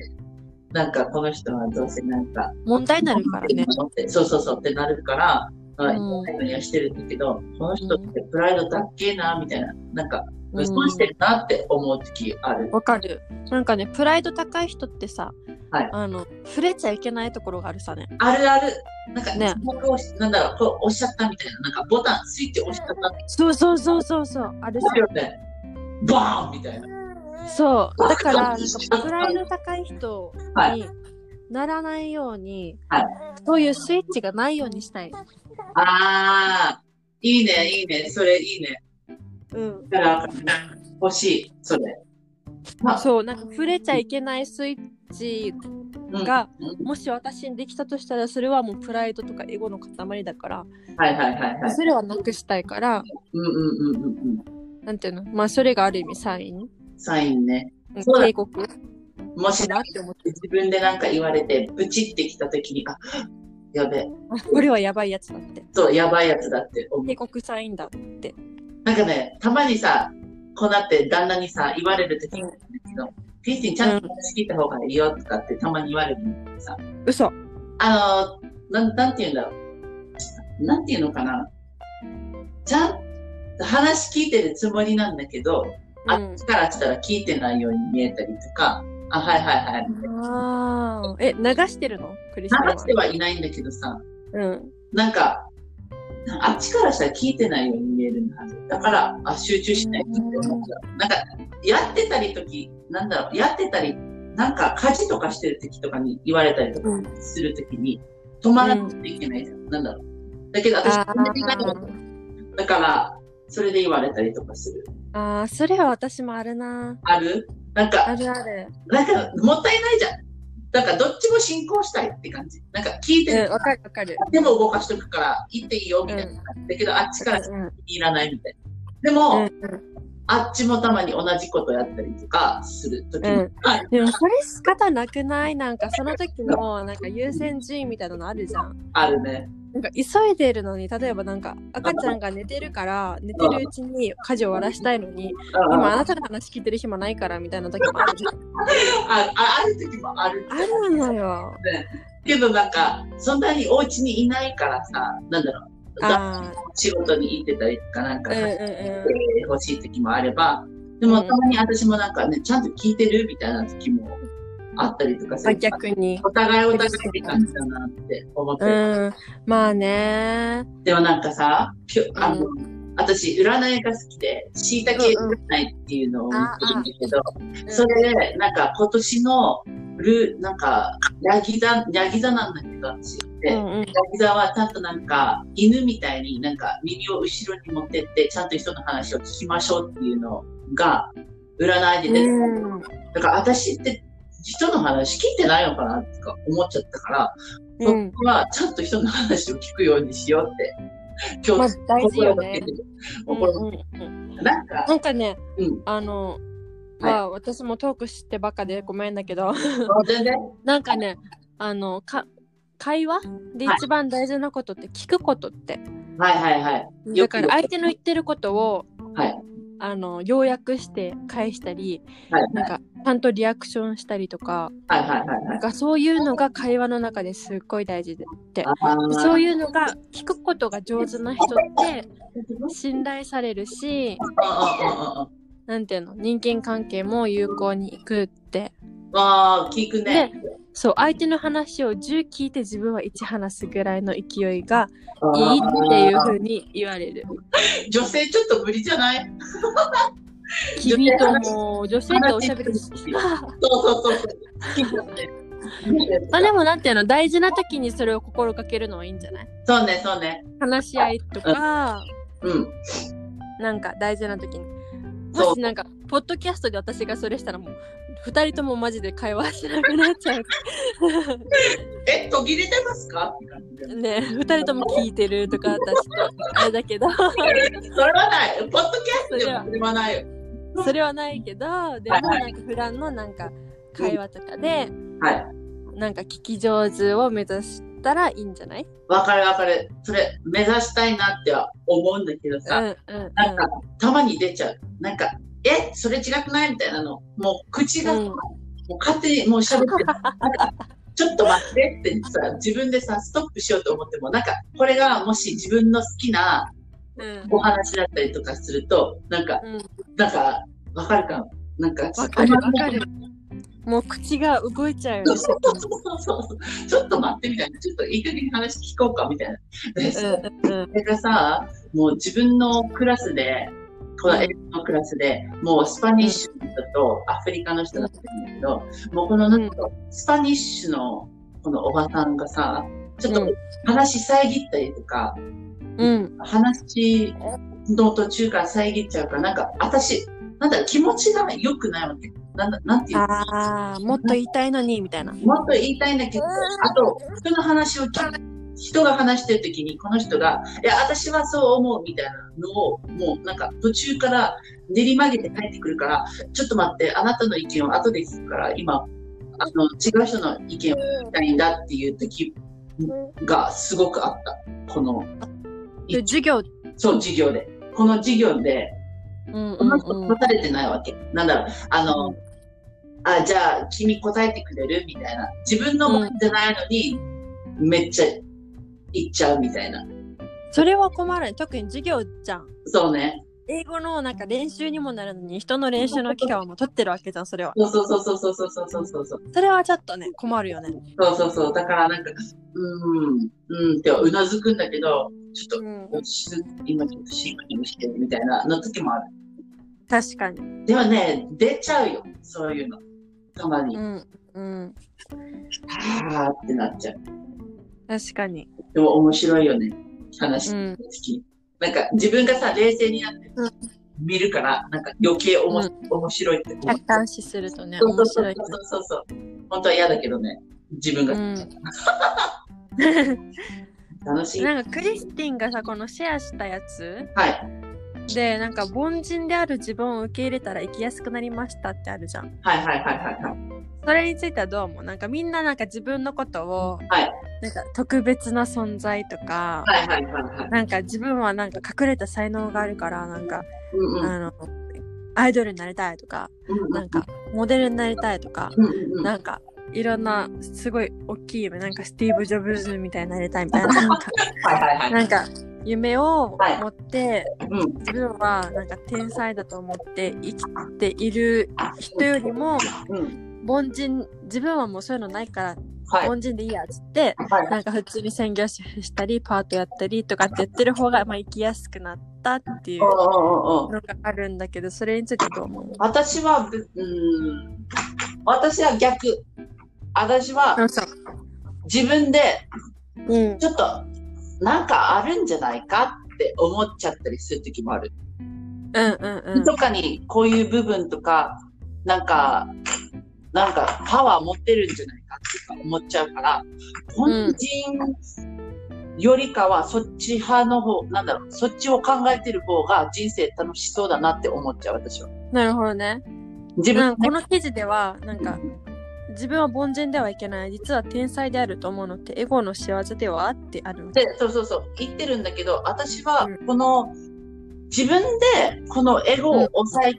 Speaker 2: なんかこの人はどうせなんか、
Speaker 1: あ、問題になるからね。
Speaker 2: そうそうそうってなるから、ま
Speaker 1: う
Speaker 2: あ、
Speaker 1: ん
Speaker 2: 言わないようにはしてるんだけど、この人ってプライドだっけな、みたいな、なんか、損してるなって思う時ある。
Speaker 1: わかる。なんかね、プライド高い人ってさ、
Speaker 2: はい
Speaker 1: あの、触れちゃいけないところがあるさね。
Speaker 2: あるある。なんか、
Speaker 1: ね
Speaker 2: 僕をなんだろう、こう押しちゃったみたいな、なんかボタン、スイッチ押しちゃったみたい
Speaker 1: そうそうそうそう、そうあるさ。
Speaker 2: な。バーンみたいな。
Speaker 1: そう。だから、なんかプライド高い人にならないように、
Speaker 2: はい
Speaker 1: そういうスイッチがないようにしたい。
Speaker 2: あー、いいね、いいね、それいいね。
Speaker 1: うん。
Speaker 2: だから、欲しい、それ。まあ
Speaker 1: そう、なんか触れちゃいけないスイッチ
Speaker 2: うん
Speaker 1: が、
Speaker 2: うん
Speaker 1: もし私にできたとしたら、それはもうプライドとかエゴの塊だから、
Speaker 2: はいはいはいはい。
Speaker 1: それはなくしたいから、
Speaker 2: うんうんうんうんうん。
Speaker 1: なんていうのまあ、それがある意味サイン。
Speaker 2: サインね。
Speaker 1: うん
Speaker 2: そうだ
Speaker 1: 警告
Speaker 2: もし
Speaker 1: だなって思って。
Speaker 2: 自分でなんか言われて、ブチってきたときに、あやべえ。
Speaker 1: これはやばいやつだって。
Speaker 2: そう、やばいやつだって思う。
Speaker 1: 帝国サインだって。
Speaker 2: なんかね、たまにさ、こうなって旦那にさ、言われるときに、ティーティンちゃんと話聞いた方がいいよとかってたまに言われるのさ。
Speaker 1: 嘘。
Speaker 2: あの、なん、なんて言うんだろう。なんて言うのかな。ちゃんと話聞いてるつもりなんだけど、あ
Speaker 1: う
Speaker 2: っ
Speaker 1: ん
Speaker 2: ちからしたら聞いてないように見えたりとか、あ、はいはいはい。
Speaker 1: ああ。え、流してるのクリスマ
Speaker 2: 話
Speaker 1: ス
Speaker 2: してはいないんだけどさ、
Speaker 1: うん。
Speaker 2: なんか、あっちからしたら聞いてないように見えるはず。だから、あ、集中しないとって思っちゃう。なんか、やってたりとき、なんだろう、やってたり、なんか家事とかしてるときとかに言われたりとか
Speaker 1: うん
Speaker 2: するときに、止まらないといけないじゃん。なんだろう。だけど、私、
Speaker 1: あ
Speaker 2: 止めてないのだから、それで言われたりとかする。
Speaker 1: ああー、それは私もあるな。
Speaker 2: あるなんか
Speaker 1: あ、るある。
Speaker 2: なんか、もったいないじゃん。なんか、どっちも進行したいって感じ。なんか、聞いて
Speaker 1: うん、
Speaker 2: る
Speaker 1: わかるわかる。
Speaker 2: でも動かしとくから、行っていいよ、みたいな感じ。だけど、あっちから
Speaker 1: うん
Speaker 2: いらないみたいな。でも、
Speaker 1: うん
Speaker 2: あっちもたまに同じことやったりとかするときに、
Speaker 1: うん
Speaker 2: あ
Speaker 1: でもそれ仕方なくないなんかその時のなんか優先順位みたいなのあるじゃん。
Speaker 2: あるね。
Speaker 1: なんか急いでるのに例えばなんか赤ちゃんが寝てるから寝てるうちに家事を終わらしたいのに
Speaker 2: うん
Speaker 1: 今あ
Speaker 2: あ
Speaker 1: なたの話聞いてる暇ないからみたいな時もあるじゃん。
Speaker 2: あある時もある
Speaker 1: あるのよ。
Speaker 2: けどなんかそんなにお家にいないからさなんだろう
Speaker 1: あ
Speaker 2: 仕事に行ってたりとかなんか
Speaker 1: あ、うんうん
Speaker 2: 走っ
Speaker 1: う
Speaker 2: てほしい時もあれば、でも
Speaker 1: うん
Speaker 2: たまに私もなんかねちゃんと聞いてるみたいな時もあったりとか
Speaker 1: ん。
Speaker 2: す
Speaker 1: まあ、
Speaker 2: る
Speaker 1: 逆に。
Speaker 2: お互いお互いって感じだなって思って
Speaker 1: う
Speaker 2: る、
Speaker 1: ん。まあね。
Speaker 2: でもなんかさ、きょあの、私、占いが好きで、椎茸
Speaker 1: うんう
Speaker 2: 占いっていうのをやってるんだけど、それで、なんか今年のルー、なんか、ヤギ座、ヤギ座なんだけど、私って、
Speaker 1: う
Speaker 2: ヤ
Speaker 1: んうん。
Speaker 2: ギ座はちゃんとなんか、犬みたいになんか耳を後ろに持ってって、ちゃんと人の話を聞きましょうっていうのが、占いで出てくる。
Speaker 1: うん
Speaker 2: だから私って、人の話聞いてないのかなとか思っちゃったから、
Speaker 1: うん。
Speaker 2: 僕はちゃんと人の話を聞くようにしようって、 今
Speaker 1: まあ
Speaker 2: 日、
Speaker 1: 大事
Speaker 2: 心
Speaker 1: よ
Speaker 2: がけ
Speaker 1: ね
Speaker 2: て。る。
Speaker 1: うん
Speaker 2: 心が
Speaker 1: うんうん
Speaker 2: なんか、
Speaker 1: なんかね、
Speaker 2: うん、
Speaker 1: あの、
Speaker 2: はい
Speaker 1: まあ私もトークしてばっかでごめんだけど、
Speaker 2: 全然、
Speaker 1: なんかね、あの、か会話で
Speaker 2: はい
Speaker 1: 一番大事なことって聞くことって。
Speaker 2: はいはいはい。よ
Speaker 1: だ
Speaker 2: く
Speaker 1: から相手の言ってることを、
Speaker 2: はい
Speaker 1: あの要約して返したり、
Speaker 2: はい
Speaker 1: なんかちゃんとリアクションしたりとか、
Speaker 2: はいはいはいは
Speaker 1: ないん。かそういうのが会話の中ですっごい大事で、
Speaker 2: あー
Speaker 1: そういうのが聞くことが上手な人って信頼されるし、
Speaker 2: あ
Speaker 1: なんていうの、人間関係も有効にいくって。
Speaker 2: ーあー、聞くね。
Speaker 1: そう相手の話を10聞いて自分は1話すぐらいの勢いが
Speaker 2: あー
Speaker 1: いいっていう風に言われる。
Speaker 2: 女性ちょっと無理じゃない
Speaker 1: 君とも女性とおしゃべりし
Speaker 2: 話してるそうそうそうそう。聞くね。
Speaker 1: まあでもなんていうの大事な時にそれを心がけるのはいいんじゃない
Speaker 2: そうね、そうね。
Speaker 1: 話し合いとか、
Speaker 2: うん。
Speaker 1: なんか大事な時に。
Speaker 2: そう
Speaker 1: もしなんか、ポッドキャストで私がそれしたらもう、二人ともマジで会話しなくなっちゃう。
Speaker 2: え、途切れてますかって感じ
Speaker 1: ね
Speaker 2: で
Speaker 1: 二人とも聞いてるとか私と、あれだけ ど、
Speaker 2: それはない。ポッドキャストでもそれはないよ。
Speaker 1: それはないけど、でもなんか普段のなんか会話とかで、
Speaker 2: はい。
Speaker 1: なんか聞き上手を目指したらいいんじゃない
Speaker 2: わかるわかる。それ、目指したいなっては思うんだけど
Speaker 1: うん
Speaker 2: さ、
Speaker 1: うんうん。
Speaker 2: なんか、たまに出ちゃう。なんか、え、それ違くないみたいなの。もう、口が、
Speaker 1: うん
Speaker 2: もう勝手にもう喋ってる。なんかちょっと待ってってさ、自分でさ、ストップしようと思っても、なんか、これがもし自分の好きな
Speaker 1: うん
Speaker 2: お話だったりとかすると、なんか、
Speaker 1: うん
Speaker 2: なんか、わかるかななんか、
Speaker 1: わかるわかる。もう口が動いちゃうよ
Speaker 2: そ
Speaker 1: ね
Speaker 2: うそうそうそう。ちょっと待ってみたいな。ちょっといい加減に話聞こうかみたいな。で
Speaker 1: うんうんうん
Speaker 2: それがさ、もう自分のクラスで、この英語のクラスで、もうスパニッシュの人とアフリカの人だったんだけど、もうこのなんか、スパニッシュのこのおばさんがさ、ちょっと話遮ったりとか、
Speaker 1: うん。
Speaker 2: 話の途中から遮っちゃうから、なんか私、なんだろう、気持ちが良くないわけ。なんだ、なんていうの
Speaker 1: ああ、もっと言いたいのにみたいな。
Speaker 2: もっと言いたいんだけど、あと、人の話を聞く、人が話してるときに、この人が、いや、私はそう思うみたいなのを、もうなんか途中から練り曲げて帰ってくるから、ちょっと待って、あなたの意見を後で聞くから、今、あの、違う人の意見を聞きたいんだっていうときがすごくあった。この、
Speaker 1: で授業、
Speaker 2: そう、授業で。この授業で、
Speaker 1: うん
Speaker 2: こ
Speaker 1: う
Speaker 2: の人
Speaker 1: んうん、
Speaker 2: 答えてないわけ。なんだろう、あの、あ、じゃあ君答えてくれるみたいな。自分のもんじゃないのに、めっちゃ言っちゃうみたいな。
Speaker 1: それは困るね特に授業じゃん
Speaker 2: そうね。
Speaker 1: 英語のなんか練習にもなるのに人の練習の期間はもう取ってるわけじゃんそれは
Speaker 2: そうそうそうそうそうそうそうそうそう。
Speaker 1: それはちょっとね困るよね、
Speaker 2: そうそうそう。だからなんか、うん、うんってうなずくんだけど、ちょっ
Speaker 1: うん
Speaker 2: と、、よし今ちょっとシンクにしてるみたいなの時もある。
Speaker 1: 確かに
Speaker 2: でもね、出ちゃうよ。そういうの。たまに。
Speaker 1: う
Speaker 2: は
Speaker 1: んうん
Speaker 2: ーってなっちゃう。
Speaker 1: 確かに
Speaker 2: でも面白いよね。話
Speaker 1: う
Speaker 2: 好
Speaker 1: ん
Speaker 2: き。なんか自分がさ、冷静になって
Speaker 1: うん
Speaker 2: 見るから、なんか余計おも、
Speaker 1: う
Speaker 2: 面白いって思う
Speaker 1: 客。観視するとね
Speaker 2: そうそ
Speaker 1: 面
Speaker 2: うそ
Speaker 1: 白
Speaker 2: う
Speaker 1: いね
Speaker 2: そうそう。本当は嫌だけどね。自分
Speaker 1: う
Speaker 2: が
Speaker 1: ん
Speaker 2: 楽しい。
Speaker 1: なんかクリスティンがさこのシェアしたやつ
Speaker 2: はい。
Speaker 1: でなんか凡人である自分を受け入れたら生きやすくなりましたってあるじゃん
Speaker 2: はいはいはいはいはい。
Speaker 1: それについてはどう思うなんかみんななんか自分のことを、
Speaker 2: はい
Speaker 1: なんか特別な存在とか、
Speaker 2: はいはいはいはい。
Speaker 1: なんか自分はなんか隠れた才能があるからなんか、
Speaker 2: うんうん。
Speaker 1: あのアイドルになりたいとか
Speaker 2: うんう
Speaker 1: なん
Speaker 2: ん
Speaker 1: かモデルになりたいとか、
Speaker 2: うんうんうん。
Speaker 1: なんかいろんなすごい大きい夢なんかスティーブ・ジョブズみたいになりたいみたいななんか
Speaker 2: はい はいはい。
Speaker 1: なんか夢を
Speaker 2: はい
Speaker 1: 持って、
Speaker 2: うん。
Speaker 1: 自分はなんか天才だと思って生きている人よりも
Speaker 2: うん。
Speaker 1: 凡人自分はもうそういうのないから
Speaker 2: はい。
Speaker 1: 凡人でいいやっつって
Speaker 2: はい。
Speaker 1: なんか普通に専業主婦したりパートやったりとかってやってる方がまあ生きやすくなったっていう
Speaker 2: おうおうおうおう
Speaker 1: のがあるんだけどそれについてどう思う
Speaker 2: 私は、ぶうん。私は逆。私は
Speaker 1: そう。
Speaker 2: 自分で
Speaker 1: うん。
Speaker 2: ちょっと、なんかあるんじゃないかって思っちゃったりする時もある。
Speaker 1: うんうん
Speaker 2: とかに、こういう部分とか、なんか、なんかパワー持ってるんじゃないかっていうか思っちゃうから、本人よりかはそっち派の方、なんだろう、そっちを考えてる方が人生楽しそうだなって思っちゃう、私は。
Speaker 1: うん。なるほどね。
Speaker 2: 自
Speaker 1: なん
Speaker 2: 分
Speaker 1: かこの記事では、なんか、自分は凡人ではいけない、実は天才であると思うのって、エゴの仕業ではってあるわけ。
Speaker 2: で、そうそうそう、言ってるんだけど、私は
Speaker 1: うん
Speaker 2: この、自分でこのエゴを抑え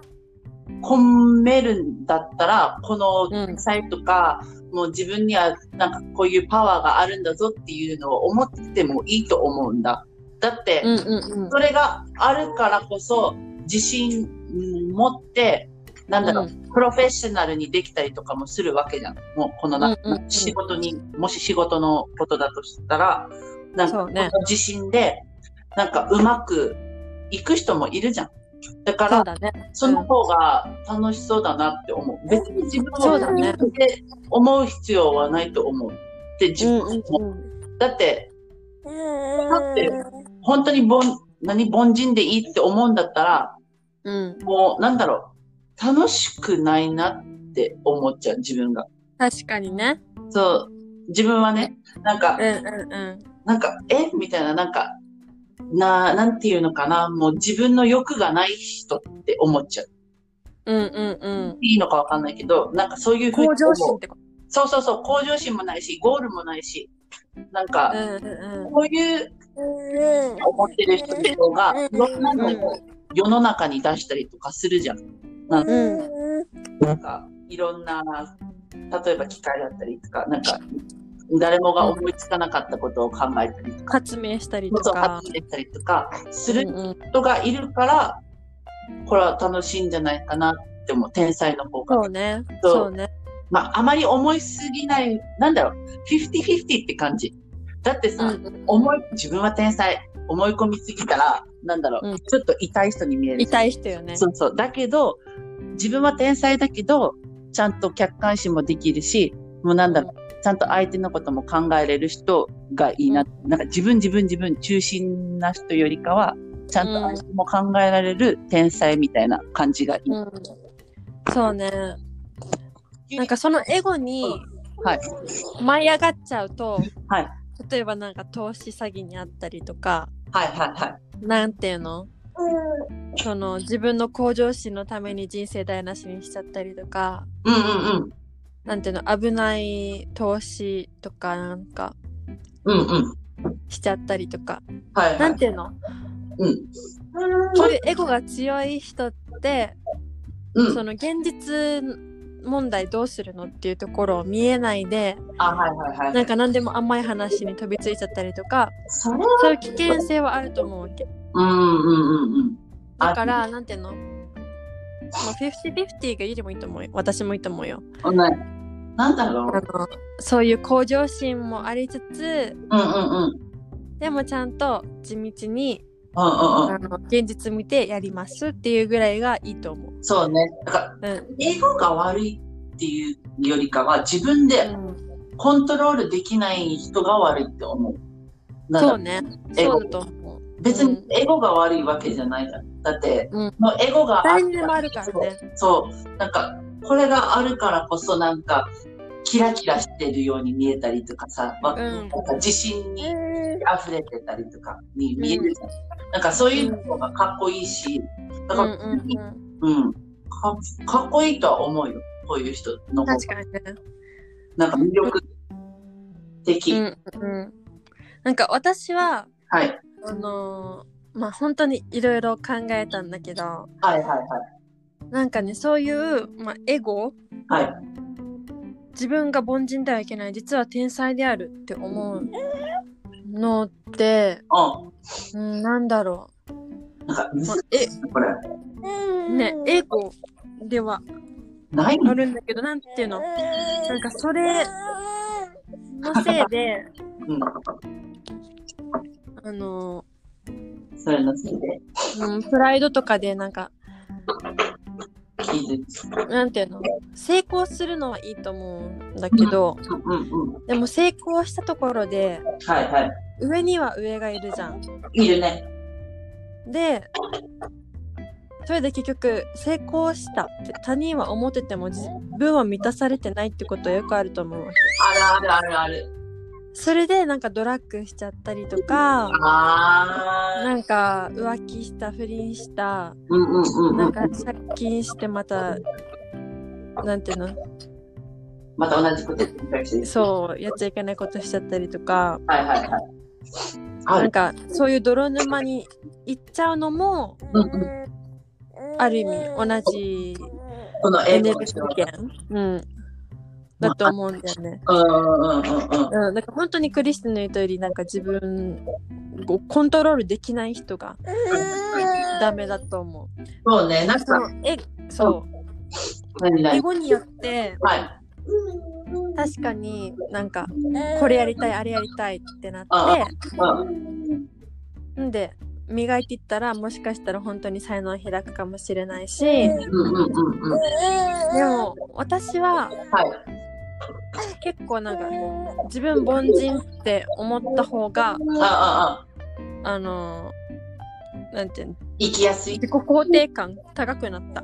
Speaker 2: 込めるんだったら、この
Speaker 1: うん
Speaker 2: 天才とか、もう自分にはなんかこういうパワーがあるんだぞっていうのを思ってもいいと思うんだ。だって、
Speaker 1: うんうんうん
Speaker 2: それがあるからこそ、自信うん持って、なんだろう、
Speaker 1: う
Speaker 2: プロフェッショナルにできたりとかもするわけじゃん。もうこの
Speaker 1: う
Speaker 2: な、
Speaker 1: んうんうん
Speaker 2: 仕事に、もし仕事のことだとしたら、なん
Speaker 1: そ
Speaker 2: か、
Speaker 1: うね
Speaker 2: この自信で、なんかうまくいく人もいるじゃん。だか
Speaker 1: そう
Speaker 2: ら、
Speaker 1: だね。
Speaker 2: その方が楽しそうだなって思う。別に自分
Speaker 1: そ
Speaker 2: を
Speaker 1: うだね
Speaker 2: で思う必要はないと思う。で、自分も、だって、だって本当に凡、何、凡人でいいって思うんだったら、
Speaker 1: うん。
Speaker 2: もう、なんだろう、楽しくないなって思っちゃう、自分が。
Speaker 1: 確かにね。
Speaker 2: そう、自分はね、なんか
Speaker 1: う、んうんうん。
Speaker 2: なんか、えみたいな、なんか、な、なんていうのかな、もう自分の欲がない人って思っちゃう。
Speaker 1: うんうん
Speaker 2: いいのかわかんないけど、なんかそういう
Speaker 1: うん。
Speaker 2: ふうに
Speaker 1: 向
Speaker 2: 思
Speaker 1: 上
Speaker 2: う
Speaker 1: 心ってこと。
Speaker 2: そうそうそう、向上心もないし、ゴールもないし、なんか
Speaker 1: う、んうん
Speaker 2: こういう
Speaker 1: うん。
Speaker 2: 思ってる人の方が、いろんな
Speaker 1: う
Speaker 2: のを世の中に出したりとかするじゃん。なんか
Speaker 1: うん。
Speaker 2: なんか、いろんな、例えば機械だったりとか、なんか、誰もが思いつかなかったことを考えたりとか、
Speaker 1: 発明したりと
Speaker 2: そう、
Speaker 1: か
Speaker 2: 発。明したりとか、する
Speaker 1: うんうん
Speaker 2: 人がいるから、これは楽しいんじゃないかなって思う、天才の
Speaker 1: そ
Speaker 2: 方が
Speaker 1: う。ね。
Speaker 2: そう
Speaker 1: そうね。
Speaker 2: まあ、あまり思いすぎない、なんだろう、50-50って感じ。だってさ、思い、自分は天才、思い込みすぎたら、なんだろう、
Speaker 1: うん
Speaker 2: ちょっと痛い人に見えるじゃん。
Speaker 1: 痛い人よね。
Speaker 2: そうそう。だけど、自分は天才だけど、ちゃんと客観視もできるし、もうなんだろう、ちゃんと相手のことも考えれる人がいいな。なんか自分自分自分中心な人よりかは、ちゃんと相手も考えられる天才みたいな感じがいい。
Speaker 1: うんそうね。なんかそのエゴに
Speaker 2: はい。
Speaker 1: 舞い上がっちゃうと、
Speaker 2: はい
Speaker 1: 例えばなんか投資詐欺にあったりとか、
Speaker 2: はいはいはい。
Speaker 1: なんていうのその自分の向上心のために人生台無しにしちゃったりとか、
Speaker 2: うんうんうん。
Speaker 1: なんていうの危ない投資とかなんか、
Speaker 2: うんうん。
Speaker 1: しちゃったりとか、
Speaker 2: はい、は
Speaker 1: ないん。ていうの
Speaker 2: うん。
Speaker 1: そういうエゴが強い人って、
Speaker 2: うん。
Speaker 1: その現実問題どうするのっていうところを見えないで
Speaker 2: あ、はいはいはい。
Speaker 1: なんか何でも甘い話に飛びついちゃったりとか
Speaker 2: それ
Speaker 1: そういう危険性はあると思うわけ
Speaker 2: うんうんうんうん。
Speaker 1: だからなんていうのまあ、50-50がゆりもいいと思うよ。私もいいと思うよ。
Speaker 2: あ、ない。なんだ
Speaker 1: あ
Speaker 2: ろう。
Speaker 1: のそういう向上心もありつつ、
Speaker 2: うんうんうん。うんうん
Speaker 1: でもちゃんと地道に、
Speaker 2: うん。
Speaker 1: あの現実見てやりますっていうぐらいがいいと思う。
Speaker 2: そうね。だから、
Speaker 1: うん。
Speaker 2: 英語が悪いっていうよりかは、自分でコントロールできない人が悪いって思う。なんだ
Speaker 1: そうね。
Speaker 2: エゴ
Speaker 1: そうだと思う。
Speaker 2: 別に
Speaker 1: う
Speaker 2: エゴが悪いわけじゃないじゃん。だって、
Speaker 1: うん
Speaker 2: もうエゴが
Speaker 1: 誰にでもあるからね。
Speaker 2: そうそう。なんか、これがあるからこそ、なんか、キラキラしてるように見えたりとかさ、わ
Speaker 1: うん
Speaker 2: なんか自信に
Speaker 1: う
Speaker 2: 溢れてたりとかに見えるじゃん。なんかそういうのがかっこいいし、だ
Speaker 1: んう
Speaker 2: か
Speaker 1: ん
Speaker 2: ら、
Speaker 1: うん、
Speaker 2: うんかかっこいいとは思うよ。こういう人の方が
Speaker 1: 確かにね。
Speaker 2: なんか魅力的。
Speaker 1: うんうん、なんか私は
Speaker 2: はい。
Speaker 1: あのーまあ本当にいろいろ考えたんだけど
Speaker 2: はいはいはい。
Speaker 1: なんかねそういう、まあ、エゴ
Speaker 2: はい。
Speaker 1: 自分が凡人ではいけない実は天才であるって思うのって、
Speaker 2: う
Speaker 1: うん、なんだろ
Speaker 2: ん。なんか、
Speaker 1: う、まあ
Speaker 2: 難し
Speaker 1: え
Speaker 2: いこれ。
Speaker 1: ねエゴでは
Speaker 2: ない
Speaker 1: あるんだけどなんていうのなんかそれのせいで
Speaker 2: うん。
Speaker 1: あの
Speaker 2: それのせいで
Speaker 1: ー、うん、プライドとかでなんか
Speaker 2: 傷つく。
Speaker 1: なんていうの成功するのはいいと思うんだけど、
Speaker 2: うんうん。
Speaker 1: でも成功したところで
Speaker 2: はいは
Speaker 1: 上には上がいるじゃん。
Speaker 2: い。いるね。
Speaker 1: でそれで結局成功したって他人は思ってても自分は満たされてないってことはよくあると思うわけ。
Speaker 2: あるあるあるある。
Speaker 1: それでなんかドラッグしちゃったりとか。
Speaker 2: ああ。
Speaker 1: なんか浮気した不倫した
Speaker 2: うんうんうん。
Speaker 1: なん
Speaker 2: うん
Speaker 1: か借金してまたなんていうの
Speaker 2: また同じこと繰り返してる
Speaker 1: そうやっちゃいけないことしちゃったりとか
Speaker 2: はいはいはい。あ
Speaker 1: なん
Speaker 2: る。
Speaker 1: かそういう泥沼に行っちゃうのも
Speaker 2: うんうん。
Speaker 1: ある意味同じ
Speaker 2: この
Speaker 1: エ
Speaker 2: 英
Speaker 1: ネ
Speaker 2: 語
Speaker 1: ル
Speaker 2: の
Speaker 1: ギ
Speaker 2: 人
Speaker 1: ー源、うん、だと思うんだよね。
Speaker 2: うんうんうんうん。
Speaker 1: うん、なんか本当にクリスの言うとよりなんか自分をコントロールできない人がダメだと思う。
Speaker 2: そうね。なん
Speaker 1: そ
Speaker 2: か、
Speaker 1: のえそう
Speaker 2: 何
Speaker 1: 英
Speaker 2: 何
Speaker 1: 語によって
Speaker 2: はい。
Speaker 1: 確かになんかこれやりたいあれやりたいってなって
Speaker 2: うん。
Speaker 1: んで磨いていったらもしかしたら本当に才能を開くかもしれないし。
Speaker 2: うんうんうんうん。は
Speaker 1: でも私は結構なんか自分凡人って思った方が
Speaker 2: い。あああ。
Speaker 1: あのーなんていうの
Speaker 2: 生きやすい。
Speaker 1: 自己肯定感高くなった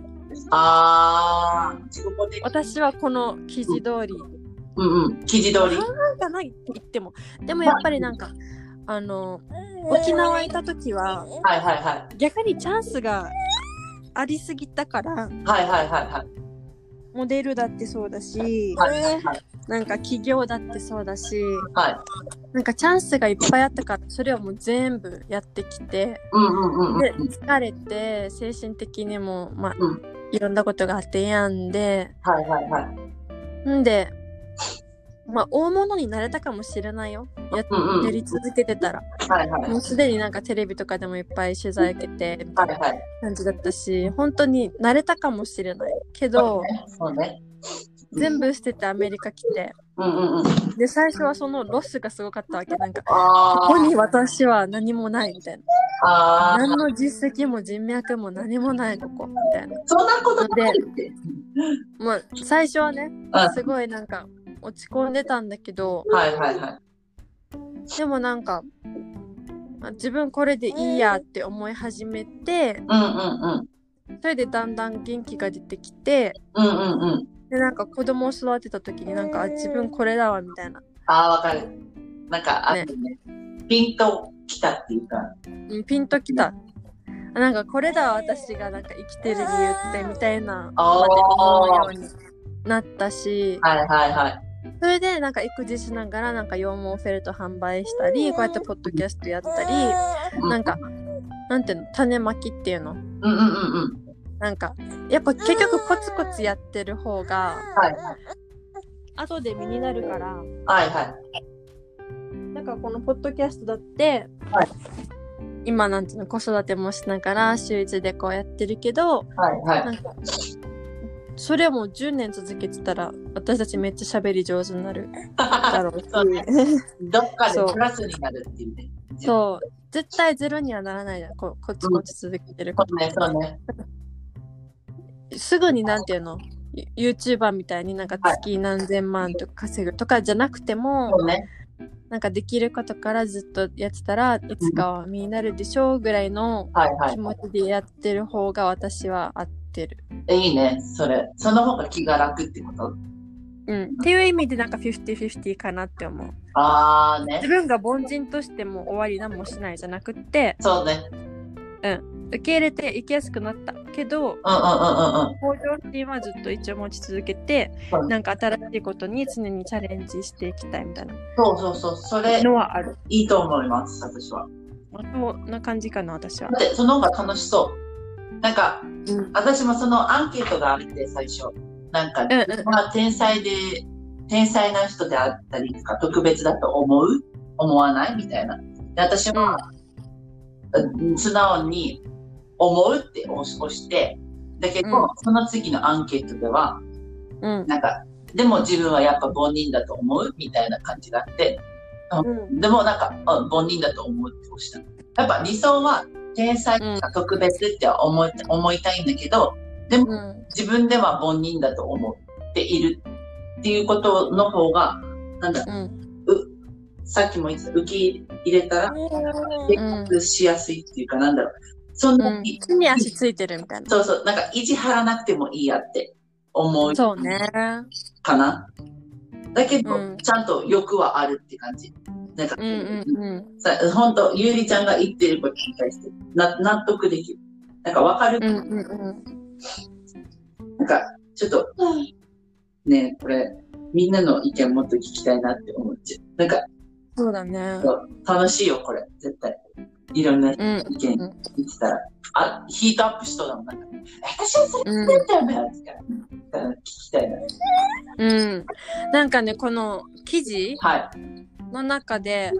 Speaker 2: ああ。自己肯定感。
Speaker 1: 私はこの記事通り
Speaker 2: うんうん。記事通り。
Speaker 1: なんかないって言ってもでもやっぱりなんかあのー沖縄いた時は
Speaker 2: はいはいはい。
Speaker 1: 逆にチャンスがありすぎたから
Speaker 2: はいはいはいはい。
Speaker 1: モデルだってそうだし
Speaker 2: はいはいはい。
Speaker 1: なんか企業だってそうだし
Speaker 2: はい。
Speaker 1: なんかチャンスがいっぱいあったからそれをもう全部やってきて
Speaker 2: うんうんうんうん。
Speaker 1: で疲れて精神的にも、まあ
Speaker 2: うん
Speaker 1: いろんなことがあって病んで
Speaker 2: はいはいはい。
Speaker 1: んで、まあ、大物になれたかもしれないよや
Speaker 2: うんうん。
Speaker 1: やり続けてたら
Speaker 2: はいはい。
Speaker 1: もうすでになんかテレビとかでもいっぱい取材受けてみた
Speaker 2: はいい
Speaker 1: な
Speaker 2: はい。
Speaker 1: 感じだったし本当になれたかもしれないけど
Speaker 2: そうね。
Speaker 1: 全部捨ててアメリカ来て
Speaker 2: うんうんうん。
Speaker 1: で最初はそのロスがすごかったわけなんかこ
Speaker 2: あ
Speaker 1: こに私は何もないみたいな
Speaker 2: あ。ああ。
Speaker 1: 何の実績も人脈も何もないここみたいな
Speaker 2: そんなことないって。
Speaker 1: まあ最初はね
Speaker 2: うん
Speaker 1: すごいなんか落ち込んでたんだけど
Speaker 2: はいはいはい。
Speaker 1: でもなんかまあ自分これでいいやって思い始めて
Speaker 2: うんうんうん。
Speaker 1: それでだんだん元気が出てきて
Speaker 2: うんうんうん。
Speaker 1: でなんか子供を育てた時になんかあ自分これだわみたいな
Speaker 2: ああ、わかる。なんか、あるね。ピンときたっていうか。
Speaker 1: うんピンときたあなんかこれだわ私がなんか生きてる理由ってみたいな
Speaker 2: あ
Speaker 1: まで思うよ
Speaker 2: あ。
Speaker 1: うになったし
Speaker 2: はいはいはい。
Speaker 1: それでなんか育児しながらなんか羊毛フェルト販売したりこうやってポッドキャストやったりなんかなんていうの種まきっていうの
Speaker 2: うんうんうんうん。
Speaker 1: なんかやっぱ結局コツコツやってる方が
Speaker 2: はい。
Speaker 1: 後で身になるから
Speaker 2: はいは
Speaker 1: なんかこのポッドキャストだって、
Speaker 2: はい
Speaker 1: 今なんていうの子育てもしながら週一でこうやってるけど
Speaker 2: い。はいはい。
Speaker 1: なんかそれも10年続けてたら私たちめっちゃ喋り上手になるだろう し
Speaker 2: そうねどっかで
Speaker 1: そう
Speaker 2: プラスになるっていうね。
Speaker 1: そう絶対ゼロにはならないじゃんこコツコツ続けてる
Speaker 2: そ
Speaker 1: こ
Speaker 2: うね、そうね。
Speaker 1: すぐになんていうの YouTuber みたいになんか月何千万とか稼ぐとかじゃなくても
Speaker 2: そうね。
Speaker 1: なんかできることからずっとやってたらいつかは身になるでしょうぐらいの
Speaker 2: はいは
Speaker 1: 気持ちでやってる方が私は合ってる。
Speaker 2: い。えいいね、それ。その方が気が楽ってこと。
Speaker 1: うん、っていう意味でなんか50-50かなって思う。
Speaker 2: あー
Speaker 1: 自
Speaker 2: ね。
Speaker 1: 分が凡人としても終わり何もしないじゃなくって
Speaker 2: そうね。
Speaker 1: 受け入れて生きやすくなったけど
Speaker 2: うんうんうんうんうん。
Speaker 1: 向上心はずっと一応持ち続けて
Speaker 2: はい
Speaker 1: なんか新しいことに常にチャレンジしていきたいみたいな
Speaker 2: そうそうそう。それ、
Speaker 1: のはある。
Speaker 2: いいと思います、私は。
Speaker 1: そんな感じかな私は
Speaker 2: だ。って、その方が楽しそう。なんか、
Speaker 1: うん
Speaker 2: 私もそのアンケートがあって、最初。なんか、
Speaker 1: うんうん
Speaker 2: まあ、天才で、天才な人であったりとか、特別だと思う思わないみたいな。で私は、うん素直に、思うって押し押して、だけど、
Speaker 1: うん
Speaker 2: その次のアンケートでは、
Speaker 1: うん
Speaker 2: なんか、でも自分はやっぱ凡人だと思うみたいな感じがあって、
Speaker 1: うん
Speaker 2: でもなんか、うん凡人だと思ってほしい。やっぱ理想は天才とか特別って思い,、思いたいんだけど、でも
Speaker 1: うん
Speaker 2: 自分では凡人だと思っているっていうことの方が、なんだ、
Speaker 1: うん
Speaker 2: さっきも言ってた、受け入れたら、生活しやすいっていうか、なんだろう。そん
Speaker 1: う
Speaker 2: なんに、
Speaker 1: 地に足ついてるみたいな。
Speaker 2: そうそう、なんか意地張らなくてもいいやって思う
Speaker 1: そうね。
Speaker 2: かな。だけど、
Speaker 1: うん
Speaker 2: ちゃんと欲はあるって感じ。なんか、
Speaker 1: うんうんうん。
Speaker 2: さ、ほんと、ゆりちゃんが言ってることに対して、な、納得できる。なんかわかる、
Speaker 1: うんうんうん。
Speaker 2: なんか、ちょっと、ねこれ、みんなの意見もっと聞きたいなって思っちゃう。なんか、
Speaker 1: そうだね。
Speaker 2: 楽しいよ、これ、絶対。いろんな意
Speaker 1: うん
Speaker 2: 見言ってたら、あ、ヒートアップしそうだもん。なんか、私はそれ
Speaker 1: うん
Speaker 2: 言ってんだよね、ってから聞きたいな。
Speaker 1: うん。なんかね、この記事
Speaker 2: はい。
Speaker 1: の中で、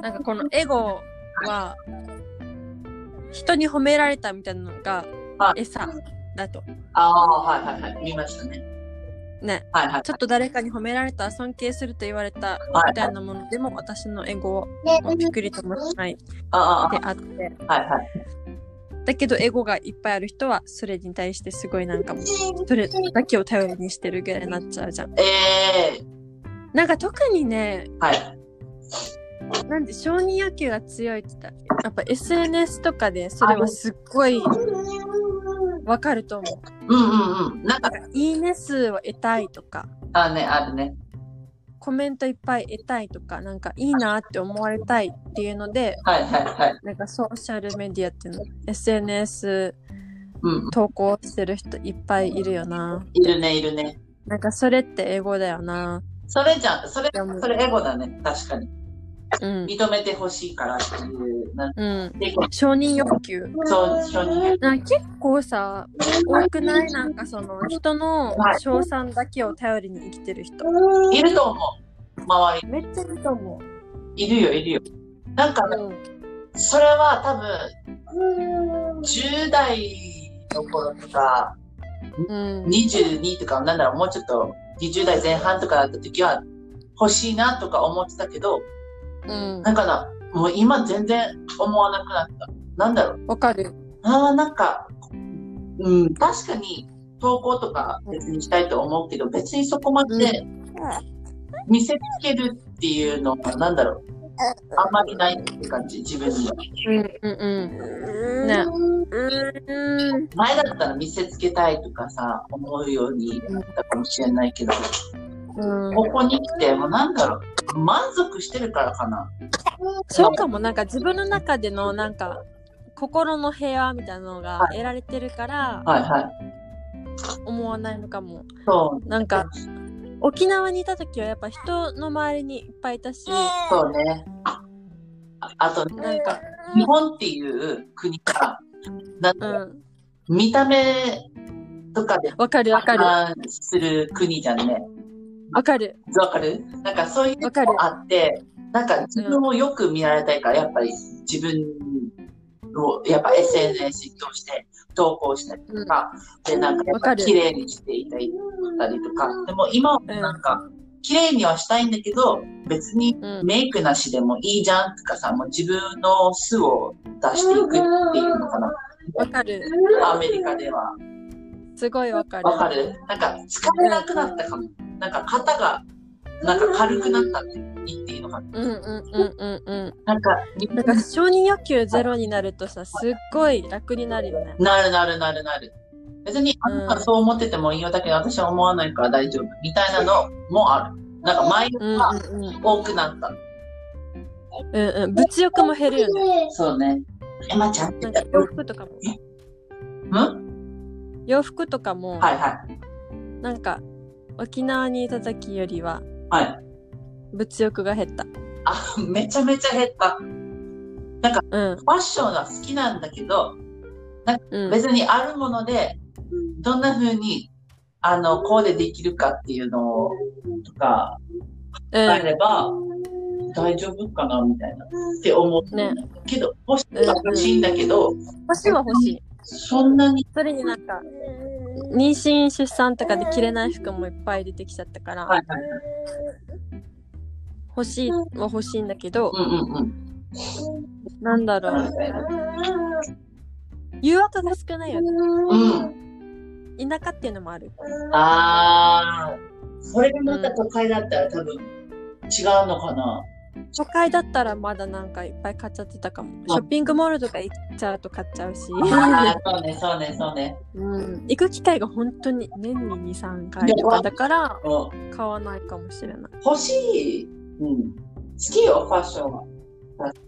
Speaker 1: なんかこのエゴは、人に褒められたみたいなのが
Speaker 2: は
Speaker 1: 餌だと。
Speaker 2: ああ、はいはいはい。見ましたね。
Speaker 1: ね。
Speaker 2: はいはい。
Speaker 1: ちょっと誰かに褒められた、尊敬すると言われた
Speaker 2: はい
Speaker 1: みたいなものでも、私のエゴをびっくりともしないで
Speaker 2: ああ、
Speaker 1: あって。
Speaker 2: はいはい。
Speaker 1: だけど、エゴがいっぱいある人は、それに対してすごいなんかもう、それだけを頼りにしてるぐらいになっちゃうじゃん。
Speaker 2: ええ
Speaker 1: なんか特にね、
Speaker 2: はい。
Speaker 1: なんで少人野球が強いって言ったやっぱ SNS とかでそれはすっごいわかると思う。
Speaker 2: うんうんうん。なんか、
Speaker 1: いいね数を得たいとか
Speaker 2: あね、あるね。
Speaker 1: コメントいっぱい得たいとかなんかいいなって思われたいっていうので
Speaker 2: はいはいはい。
Speaker 1: なんかソーシャルメディアっていうの SNS
Speaker 2: うん。
Speaker 1: 投稿してる人いっぱいいるよない
Speaker 2: るね、いるね。
Speaker 1: なんかそれって英語だよな
Speaker 2: それじゃん、それ、
Speaker 1: でも
Speaker 2: それエゴだね。確かに。
Speaker 1: うん
Speaker 2: 認めてほしいからっていう、なん
Speaker 1: うん
Speaker 2: ていう
Speaker 1: 承認欲求
Speaker 2: そう、承認。
Speaker 1: なんか結構さ多くないなんかその人の称賛だけを頼りに生きてる人
Speaker 2: いると思う。周
Speaker 1: めっちゃいいと思
Speaker 2: り。いるよ、いるよ。なんかね、
Speaker 1: う。
Speaker 2: それは多分、10代の頃とか、
Speaker 1: うん。
Speaker 2: 22とか、なんだろう、もうちょっと、20代前半とかだった時は、欲しいなとか思ってたけど、
Speaker 1: うん
Speaker 2: な。んかな、もう今全然思わなくなった。なんだろう。
Speaker 1: わかる。
Speaker 2: ああ、なんか、うん、確かに投稿とか別にしたいと思うけど、別にそこまで見せつけるっていうのは、なんだろう、あんまりないって感じ、自分には。
Speaker 1: うんうんうん。ね。うん。
Speaker 2: 前だったら見せつけたいとかさ、思うようになったかもしれないけど、
Speaker 1: うん
Speaker 2: ここに来て、もうなんだろう、満足してるからかな。
Speaker 1: そうかも、なんか自分の中でのなんか心の平和みたいなのが得られてるから
Speaker 2: はいはい。
Speaker 1: 思わないのかも。
Speaker 2: そう。
Speaker 1: なんか沖縄にいた時はやっぱ人の周りにいっぱいいたし、
Speaker 2: そうね。ああとね、
Speaker 1: なんか、
Speaker 2: 日本っていう国が、なん
Speaker 1: う、
Speaker 2: だろうん見た目とかで
Speaker 1: わかるわかる。
Speaker 2: 判断する国じゃんね。
Speaker 1: わかる。
Speaker 2: わかるなんかそういうの
Speaker 1: わかる
Speaker 2: もあって、なんか自分をよく見られたいから、やっぱり自分を、やっぱ SNS に通して投稿したり
Speaker 1: う
Speaker 2: と
Speaker 1: ん、
Speaker 2: か、で、なんかやっ
Speaker 1: わ
Speaker 2: ぱ
Speaker 1: かる
Speaker 2: 綺麗にしていたりとか、でも今はなんか、綺麗にはしたいんだけど、別に
Speaker 1: うん、
Speaker 2: メイクなしでもいいじゃんとかさ、もう自分の素を出していくっていうのかな。
Speaker 1: わかる。
Speaker 2: アメリカでは。
Speaker 1: すごいわかる。
Speaker 2: わかるなんか疲れなくなったかも。なんか肩が、なんか軽くなったって言っていいのかな。
Speaker 1: うんうんうんうんうん。
Speaker 2: なんか、
Speaker 1: なんか承認欲求ゼロになるとさ、すっごい楽になるよね。
Speaker 2: なるなるなるなる。別に、あんたそう思っててもいいよだけど、私は思わないから大丈夫。みたいなのもある。なんか前よ
Speaker 1: う
Speaker 2: り
Speaker 1: ん
Speaker 2: は
Speaker 1: うんうん
Speaker 2: 多くなった。
Speaker 1: うんうん。物欲も減るよね。
Speaker 2: そうね。エマちゃんって
Speaker 1: な
Speaker 2: 言
Speaker 1: ん
Speaker 2: っ
Speaker 1: か
Speaker 2: た
Speaker 1: 洋
Speaker 2: よ。
Speaker 1: 服とかも、
Speaker 2: んは
Speaker 1: 洋服とかも、
Speaker 2: いはい。
Speaker 1: なんか沖縄にいた時よりは
Speaker 2: はい。
Speaker 1: 物欲が減った。
Speaker 2: あ、めちゃめちゃ減った。
Speaker 1: うん
Speaker 2: ファッションは好きなんだけど、
Speaker 1: うん。
Speaker 2: 別にあるもので、どんな風に、あの、こうでできるかっていうのを、とか、
Speaker 1: う
Speaker 2: あ
Speaker 1: ん
Speaker 2: れば、大丈夫かなみたいな。って思う。
Speaker 1: ね
Speaker 2: けど、欲しいは欲しいんだけど、
Speaker 1: 欲しいは欲しい。
Speaker 2: そんなに、
Speaker 1: それになんか、妊娠、出産とかで着れない服もいっぱい出てきちゃったから、
Speaker 2: はいはい。
Speaker 1: 欲しいは欲しいんだけど、
Speaker 2: うんうんうん。
Speaker 1: なんだろう、誘惑が少ないよね。
Speaker 2: うん。
Speaker 1: 田舎っていうのもある。
Speaker 2: あー、それがまた都会だったら多分違うのかな。
Speaker 1: 初回だったらまだなんかいっぱい買っちゃってたかも。ショッピングモールとか行っちゃうと買っちゃうし、
Speaker 2: あーそうね、そうね、そうね。
Speaker 1: うん、行く機会が本当に年に2、3回とかだから
Speaker 2: も
Speaker 1: 買わないかもしれない。
Speaker 2: う欲しい。うん。好きよ、ファッションは。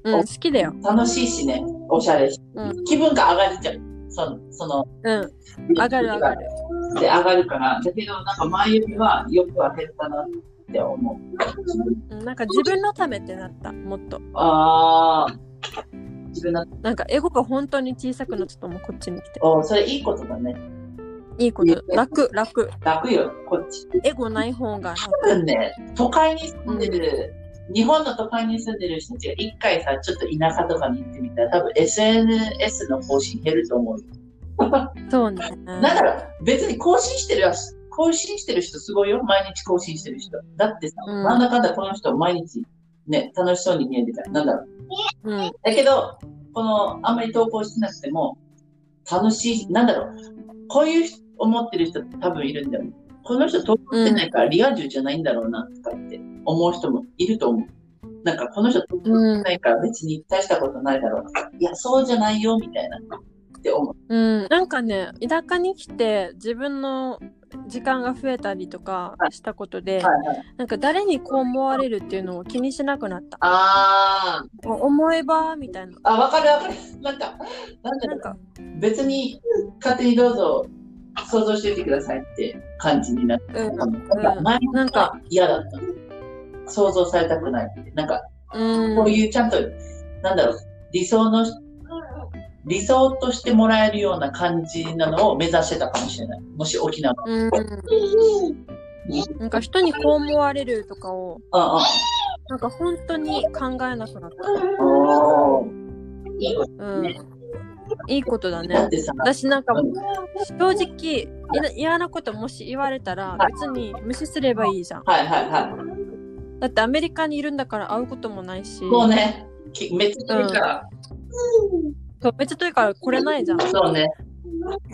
Speaker 1: うん、好きだよ。
Speaker 2: 楽しいしね、おしゃれし。
Speaker 1: うん
Speaker 2: 気分が上がるじゃん。その、その、
Speaker 1: うん、上がる上がる。
Speaker 2: で上がるから、だけどなんか前よりはよくは減ったなって思う。
Speaker 1: うんなんか自分のためってなった、もっと。
Speaker 2: ああ、自分の、
Speaker 1: なんかエゴが本当に小さくなっちゃったもん、こっちに来て。
Speaker 2: おそれいいことだね。
Speaker 1: いいこと、楽、楽。
Speaker 2: 楽よ、こっち。
Speaker 1: エゴない方が楽。
Speaker 2: 多分ね、都会に住んでる、日本の都会に住んでる人たちが一回さ、ちょっと田舎とかに行ってみたら、多分 SNS の更新減ると思うよ。
Speaker 1: そうね。
Speaker 2: なんだろう、別に更新してるやつ、更新してる人すごいよ、毎日更新してる人。だってさ、
Speaker 1: うん
Speaker 2: なんだかんだこの人毎日ね、楽しそうに見えてたら、なんだろう。
Speaker 1: うん、
Speaker 2: だけど、この、あんまり投稿してなくても、楽しい、なんだろう、こういう人思ってる人って多分いるんだよね。この人投稿してないからリア充じゃないんだろうな、とかって思う人もいると思う。なんか、この人投稿してないから別に大したことないだろうな。いや、そうじゃないよ、みたいな。って思う。
Speaker 1: うん。なんかね、田舎に来て自分の時間が増えたりとかしたことで、
Speaker 2: はいはい。
Speaker 1: なんか誰にこう思われるっていうのを気にしなくなった。
Speaker 2: あー、
Speaker 1: もう思えばみたいな。
Speaker 2: あ、わかるわかる。なんか、なんだ
Speaker 1: な
Speaker 2: ろ
Speaker 1: んか、
Speaker 2: う、別に、勝手にどうぞ、想像していてくださいって感じになる。
Speaker 1: う
Speaker 2: なん
Speaker 1: ん、
Speaker 2: か前
Speaker 1: なんか、
Speaker 2: 嫌だったの。想像されたくないって。なんか、
Speaker 1: うん、
Speaker 2: こういうちゃんと、なんだろう、理想の、理想としてもらえるような感じなのを目指してたかもしれない。もし沖縄。
Speaker 1: うん、なんか人にこう思われるとかを、
Speaker 2: あ
Speaker 1: なんか本当に考えなくなっ
Speaker 2: あ、おーいいこと
Speaker 1: た。うん。いいことだ
Speaker 2: だっ
Speaker 1: ね。
Speaker 2: てさ、
Speaker 1: 私なんか
Speaker 2: うん
Speaker 1: 正直いな嫌なこともし言われたら別に無視すればいいじゃん。
Speaker 2: はいはいは
Speaker 1: だってアメリカにいるんだから会うこともないし
Speaker 2: い。、もうね、きめっちゃいいから、
Speaker 1: そうめっちゃ遠いから来れないじゃん。
Speaker 2: そうね。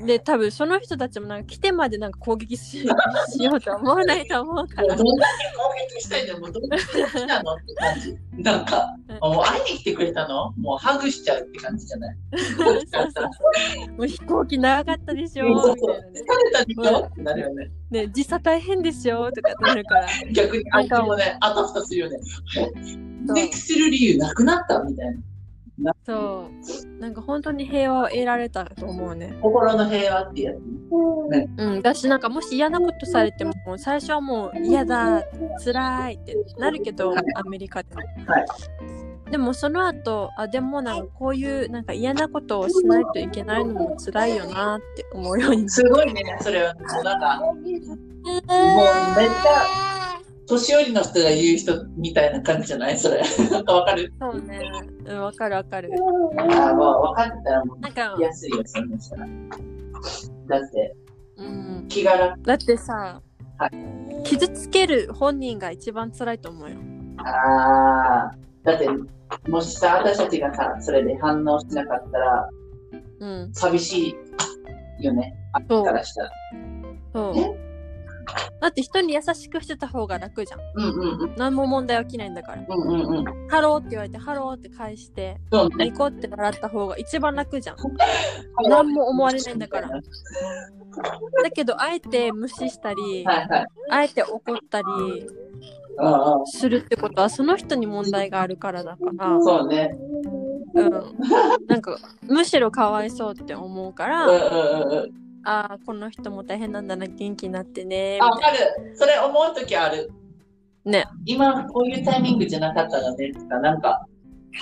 Speaker 1: で多分その人たちもなんか来てまでなんか攻撃 ししようとは思わないと思うか
Speaker 2: もう
Speaker 1: ら
Speaker 2: どんだけ攻撃したいんだよ、もうどんだけ好きなのって感じ。なんか、もう会いに来てくれたのもうハグしちゃうって感じじゃない
Speaker 1: そうそうそうもう飛行機長かったでしょみたいなね
Speaker 2: 疲れた人はってなるよね。
Speaker 1: ね時差大変でしょとかってなるから
Speaker 2: 逆に相手もね、あたふたするよね。
Speaker 1: そう
Speaker 2: で、する理由なくなったみたいな。
Speaker 1: そうなんか本当に平和を得られたと思うね
Speaker 2: 心の平和ってやつ。ね、
Speaker 1: うんだしなんかもし嫌なことされてももう最初はもう嫌だ辛いってなるけど
Speaker 2: はい
Speaker 1: アメリカでも、
Speaker 2: は
Speaker 1: でもその後あでもなんかこういうなんか嫌なことをしないといけないのも辛いよなって思うようにな
Speaker 2: すごいね、それは。なんか、もうめっちゃ、年寄りの人が言う人みたいな感じじゃないそれ。なんかわかる
Speaker 1: そうねうんわかるわかる
Speaker 2: ああ、もう分かったらもう
Speaker 1: なんか
Speaker 2: 聞きやすいよ、そんな人はだって、
Speaker 1: うん
Speaker 2: 気が楽。
Speaker 1: だってさ、
Speaker 2: は
Speaker 1: 傷つける本人が一番辛いと思うよ。
Speaker 2: ああ、だって、もしさ、私たちがさ、それで反応しなかったら、
Speaker 1: うん、
Speaker 2: 寂しいよね。あ
Speaker 1: そう
Speaker 2: からしたら。
Speaker 1: そう。だって人に優しくしてた方が楽じゃん。
Speaker 2: うんうんうん。
Speaker 1: 何も問題起きないんだから。
Speaker 2: うんうんうん。
Speaker 1: ハローって言われて、ハローって返して、
Speaker 2: そうね。
Speaker 1: ニコって笑った方が一番楽じゃん。
Speaker 2: い
Speaker 1: 何も思われないんだから。
Speaker 2: は
Speaker 1: だけど、あえて無視したり
Speaker 2: い、はい。
Speaker 1: あえて怒ったり
Speaker 2: うんうん。
Speaker 1: するってことは、その人に問題があるからだから、
Speaker 2: そうね。
Speaker 1: うん。なんか、むしろかわいそうって思うか
Speaker 2: う
Speaker 1: ら
Speaker 2: んう、んうんうん。
Speaker 1: ああこの人も大変なんだな元気になってねみ
Speaker 2: あ、わ
Speaker 1: たい
Speaker 2: かる。それ思うときある。
Speaker 1: ね。
Speaker 2: 今、こういうタイミングじゃなかったらね、とか、なんか、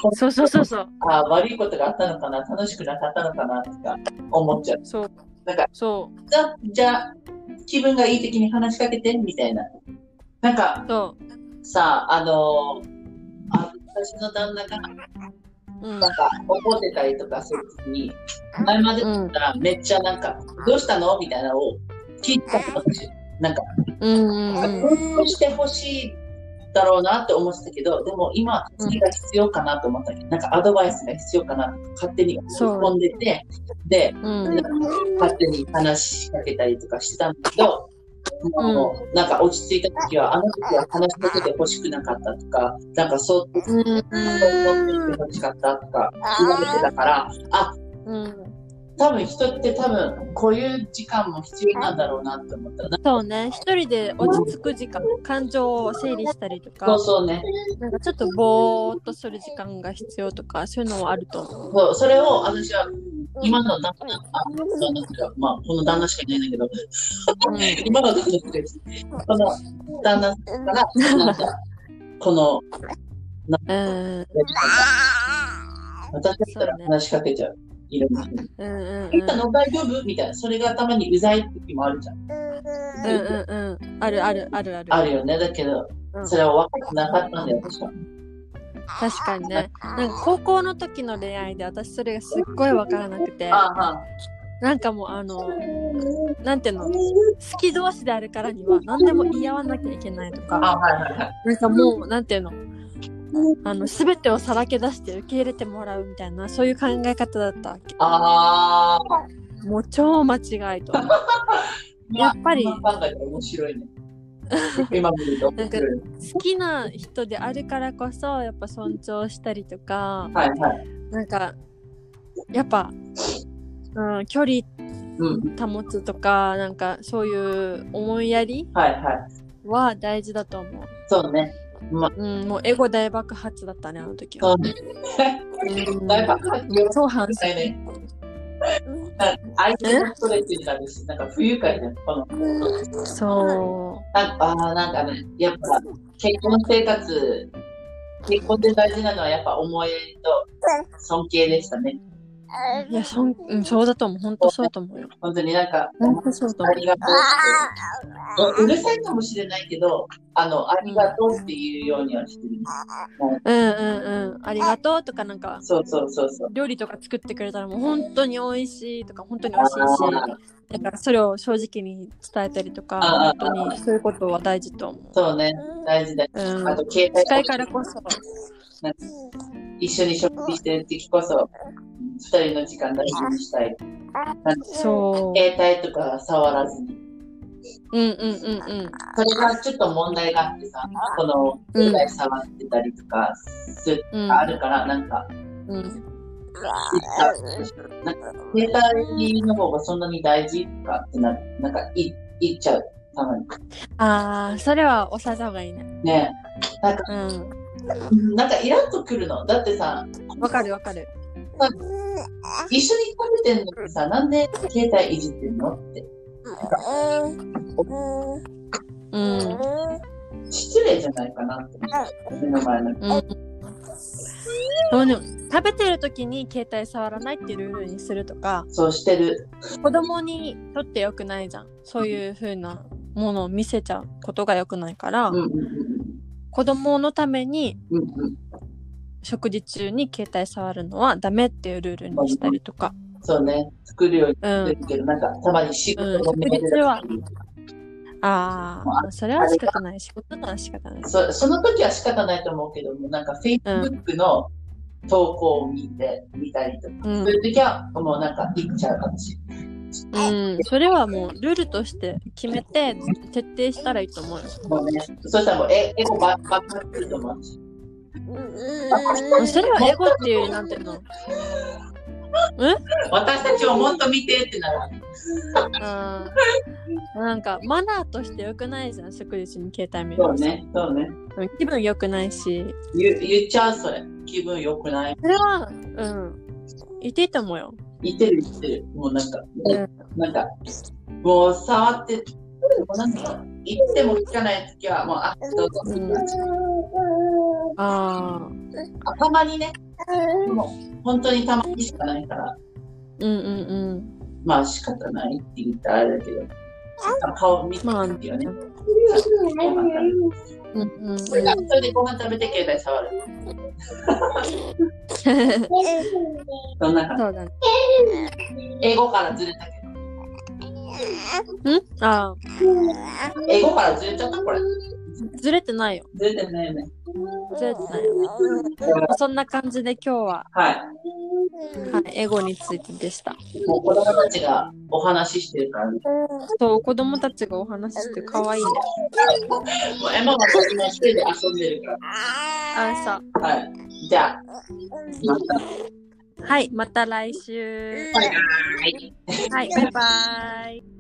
Speaker 1: なそうそうそうそう
Speaker 2: あ悪いことがあったのかな、楽しくなかったのかな、とか思っちゃう。
Speaker 1: そう
Speaker 2: なんか
Speaker 1: そう
Speaker 2: じゃあ、じゃあ気分がいいときに話しかけて、みたいな。なんか、
Speaker 1: そ
Speaker 2: さ、あのあ私の旦那が、
Speaker 1: ううん
Speaker 2: なんか、怒ってたりとかするときに、前までだったら、めっちゃなんか、どうしたのみたいなのを聞いたことしなんか、
Speaker 1: うんうんうん
Speaker 2: 工夫してほしいだろうなって思ってたけど、でも今、助けが必要かなと思ったけど、なんかアドバイスが必要かなと勝手に思い込んでて、で、
Speaker 1: うん
Speaker 2: 勝手に話しかけたりとかしてたんだけど、もうなんか落ち着いた時は、あの時は話しかけてほしくなかったとか、なんかそう、思ってほしかったとか言われてたから、あ、
Speaker 1: うん
Speaker 2: 多分人って多分こういう時間も必要なんだろうなって思った。なんか
Speaker 1: そうね一人で落ち着く時間感情を整理したりと
Speaker 2: そ
Speaker 1: か
Speaker 2: うそうね。
Speaker 1: なんかちょっとぼーっとする時間が必要とかそういうのはあると思う
Speaker 2: そうそれを私は今の旦那、あそうなんだまあ、この旦那しかいないんだけど、
Speaker 1: うん
Speaker 2: 今の旦那って、この旦那から、なんか、この、
Speaker 1: うん
Speaker 2: 私だったら話しかけちゃう。いろんな人に。
Speaker 1: うんうん
Speaker 2: いたの大丈夫みたいな。それがたまにうざい時もあるじゃん。
Speaker 1: うんうんうんあるあるあるある
Speaker 2: あるよね。だけど、
Speaker 1: うん
Speaker 2: それは分かってなかったんだよ、私は。
Speaker 1: 確かにねなんか高校の時の恋愛で私それがすっごい分からなくて
Speaker 2: ああ、あ
Speaker 1: なんかもうあのなんていうの好き同士であるからには何でも言い合わなきゃいけないと
Speaker 2: あ、
Speaker 1: か
Speaker 2: ああはいはいはい。
Speaker 1: なんかもうなんていうのあの全てをさらけ出して受け入れてもらうみたいなそういう考え方だったわけ
Speaker 2: ああ、
Speaker 1: もう超間違いとやっぱり
Speaker 2: 今考えたら面白いね。今見ると面白い。
Speaker 1: 好きな人であるからこそやっぱ尊重したりとか
Speaker 2: はいはい。
Speaker 1: なんかやっぱ、うん、距離
Speaker 2: うん。
Speaker 1: 保つとかなんかそういう思いやり
Speaker 2: はいはい。
Speaker 1: は大事だと思う。
Speaker 2: そうね。まあ、
Speaker 1: うん、もうエゴ大爆発だったねあの時は。
Speaker 2: そうね。
Speaker 1: うん
Speaker 2: 大爆発よ
Speaker 1: そう反省。
Speaker 2: だよね。相手のストレスになるし、なんか不愉快だよ。この
Speaker 1: そ
Speaker 2: なんかあーなんかね、やっぱ結婚生活、結婚で大事なのはやっぱ思いやりと尊敬でしたね。
Speaker 1: う。いや、そん、うん、そうだと思う。本当そうだと思うよ。
Speaker 2: 本当になんか、
Speaker 1: 本当そうだと
Speaker 2: あ
Speaker 1: 思う。
Speaker 2: りがとうって。うるさいかもしれないけど、あの、ありがとうっていうようにはしてる。
Speaker 1: うんうんうん。ありがとうとか、なんか、
Speaker 2: そうそうそうそう。
Speaker 1: 料理とか作ってくれたらもう本当に美味しいとか、本当に美味しいし、だからそれを正直に伝えたりと
Speaker 2: あ
Speaker 1: か
Speaker 2: あ、
Speaker 1: 本当にそういうことは大事と思う。
Speaker 2: そうね、大事だよ。
Speaker 1: うん
Speaker 2: あと、携帯
Speaker 1: 近いからこそ。
Speaker 2: 一緒に食事してる時こそ、二人の時間大事にしたい。
Speaker 1: そ
Speaker 2: 携帯とか触らずに。
Speaker 1: う。うんうんうんうん。
Speaker 2: それがちょっと問題があってさ、この、
Speaker 1: うん
Speaker 2: 携帯触ってたりとか、する
Speaker 1: うん
Speaker 2: あるから、なんか、
Speaker 1: うん。
Speaker 2: なんか、携帯の方がそんなに大事かってな、なんか、い、言っちゃう。たまに。
Speaker 1: ああ、それは抑えた方がいいね。
Speaker 2: ね
Speaker 1: うん。
Speaker 2: えなんか、イラッとくるの。だってさ、
Speaker 1: わかるわかる。
Speaker 2: 一緒に食べてんのにさ、なんで携帯いじってんのって。
Speaker 1: うん。
Speaker 2: 失礼じゃないかなって思う。目の前の人
Speaker 1: でもね、食べてる時に携帯触らないっていうルールにするとか、
Speaker 2: そうしてる。
Speaker 1: 子供にとって良くないじゃん。そういう風なものを見せちゃうことが良くないから、
Speaker 2: うんうん
Speaker 1: 子供のために
Speaker 2: うんうんうん。
Speaker 1: 食事中に携帯触るのはダメっていうルールにしたりとか、
Speaker 2: そうね。作るように
Speaker 1: う
Speaker 2: して
Speaker 1: ん。
Speaker 2: るけど、なんかたまに仕事も見
Speaker 1: うん
Speaker 2: て
Speaker 1: それ
Speaker 2: る
Speaker 1: は。ああ、それは仕方ない。仕事なら仕方ない。
Speaker 2: そその時は仕方ないと思うけども、なんか Facebook の投稿を見て、見たりとか、
Speaker 1: うん
Speaker 2: そう。いう時はもうなんか行っちゃうかもしれない。
Speaker 1: うん、それはもうルールとして決めて徹底したらいいと思うよ。
Speaker 2: もうね、そしたらもうエエゴばっかりくると思うし。
Speaker 1: それはエゴっていう、なんていうの
Speaker 2: 私たちをもっと見てってなら、
Speaker 1: あーなんかマナーとして良くないじゃん、食事中に携帯見る
Speaker 2: そう
Speaker 1: のさ。
Speaker 2: ね、そうね。
Speaker 1: 気分良くないし、
Speaker 2: 言う言っちゃう、それ。気分良くない。
Speaker 1: それは、うん、言っていいと思うよ。
Speaker 2: 言ってる言ってる。もうなんか、
Speaker 1: うん
Speaker 2: なんか、もう触って、もうなんか、言っても聞かない時は、もう、あ、どうぞ。
Speaker 1: うんああ、
Speaker 2: あたまにね、もう、本当にたまにしかないから、
Speaker 1: うんうん
Speaker 2: まあ仕方ないって言ったらあれだけど、顔見て
Speaker 1: まあ
Speaker 2: るよね。
Speaker 1: うん。うんうん、
Speaker 2: それでご飯食べて携帯触る。
Speaker 1: そ
Speaker 2: そんな感
Speaker 1: うだね。
Speaker 2: じ。英語からずれたけ
Speaker 1: んああ、
Speaker 2: ど、英語からずれちゃったこれ。
Speaker 1: ずれてないよ。
Speaker 2: ずれてないよね。
Speaker 1: ずれてないよ。そんな感じで今日は、
Speaker 2: はい。
Speaker 1: はい、エゴについてでした。
Speaker 2: もう子供たちがお話ししてるから、ね、
Speaker 1: そう、子供たちがお話しして可愛いね。
Speaker 2: もうエマは僕も一人で遊んでるか
Speaker 1: あさ、
Speaker 2: ら。はい。じゃあ、また。
Speaker 1: はい、また来週。
Speaker 2: バイバ
Speaker 1: は
Speaker 2: イ。
Speaker 1: い、バイバイ。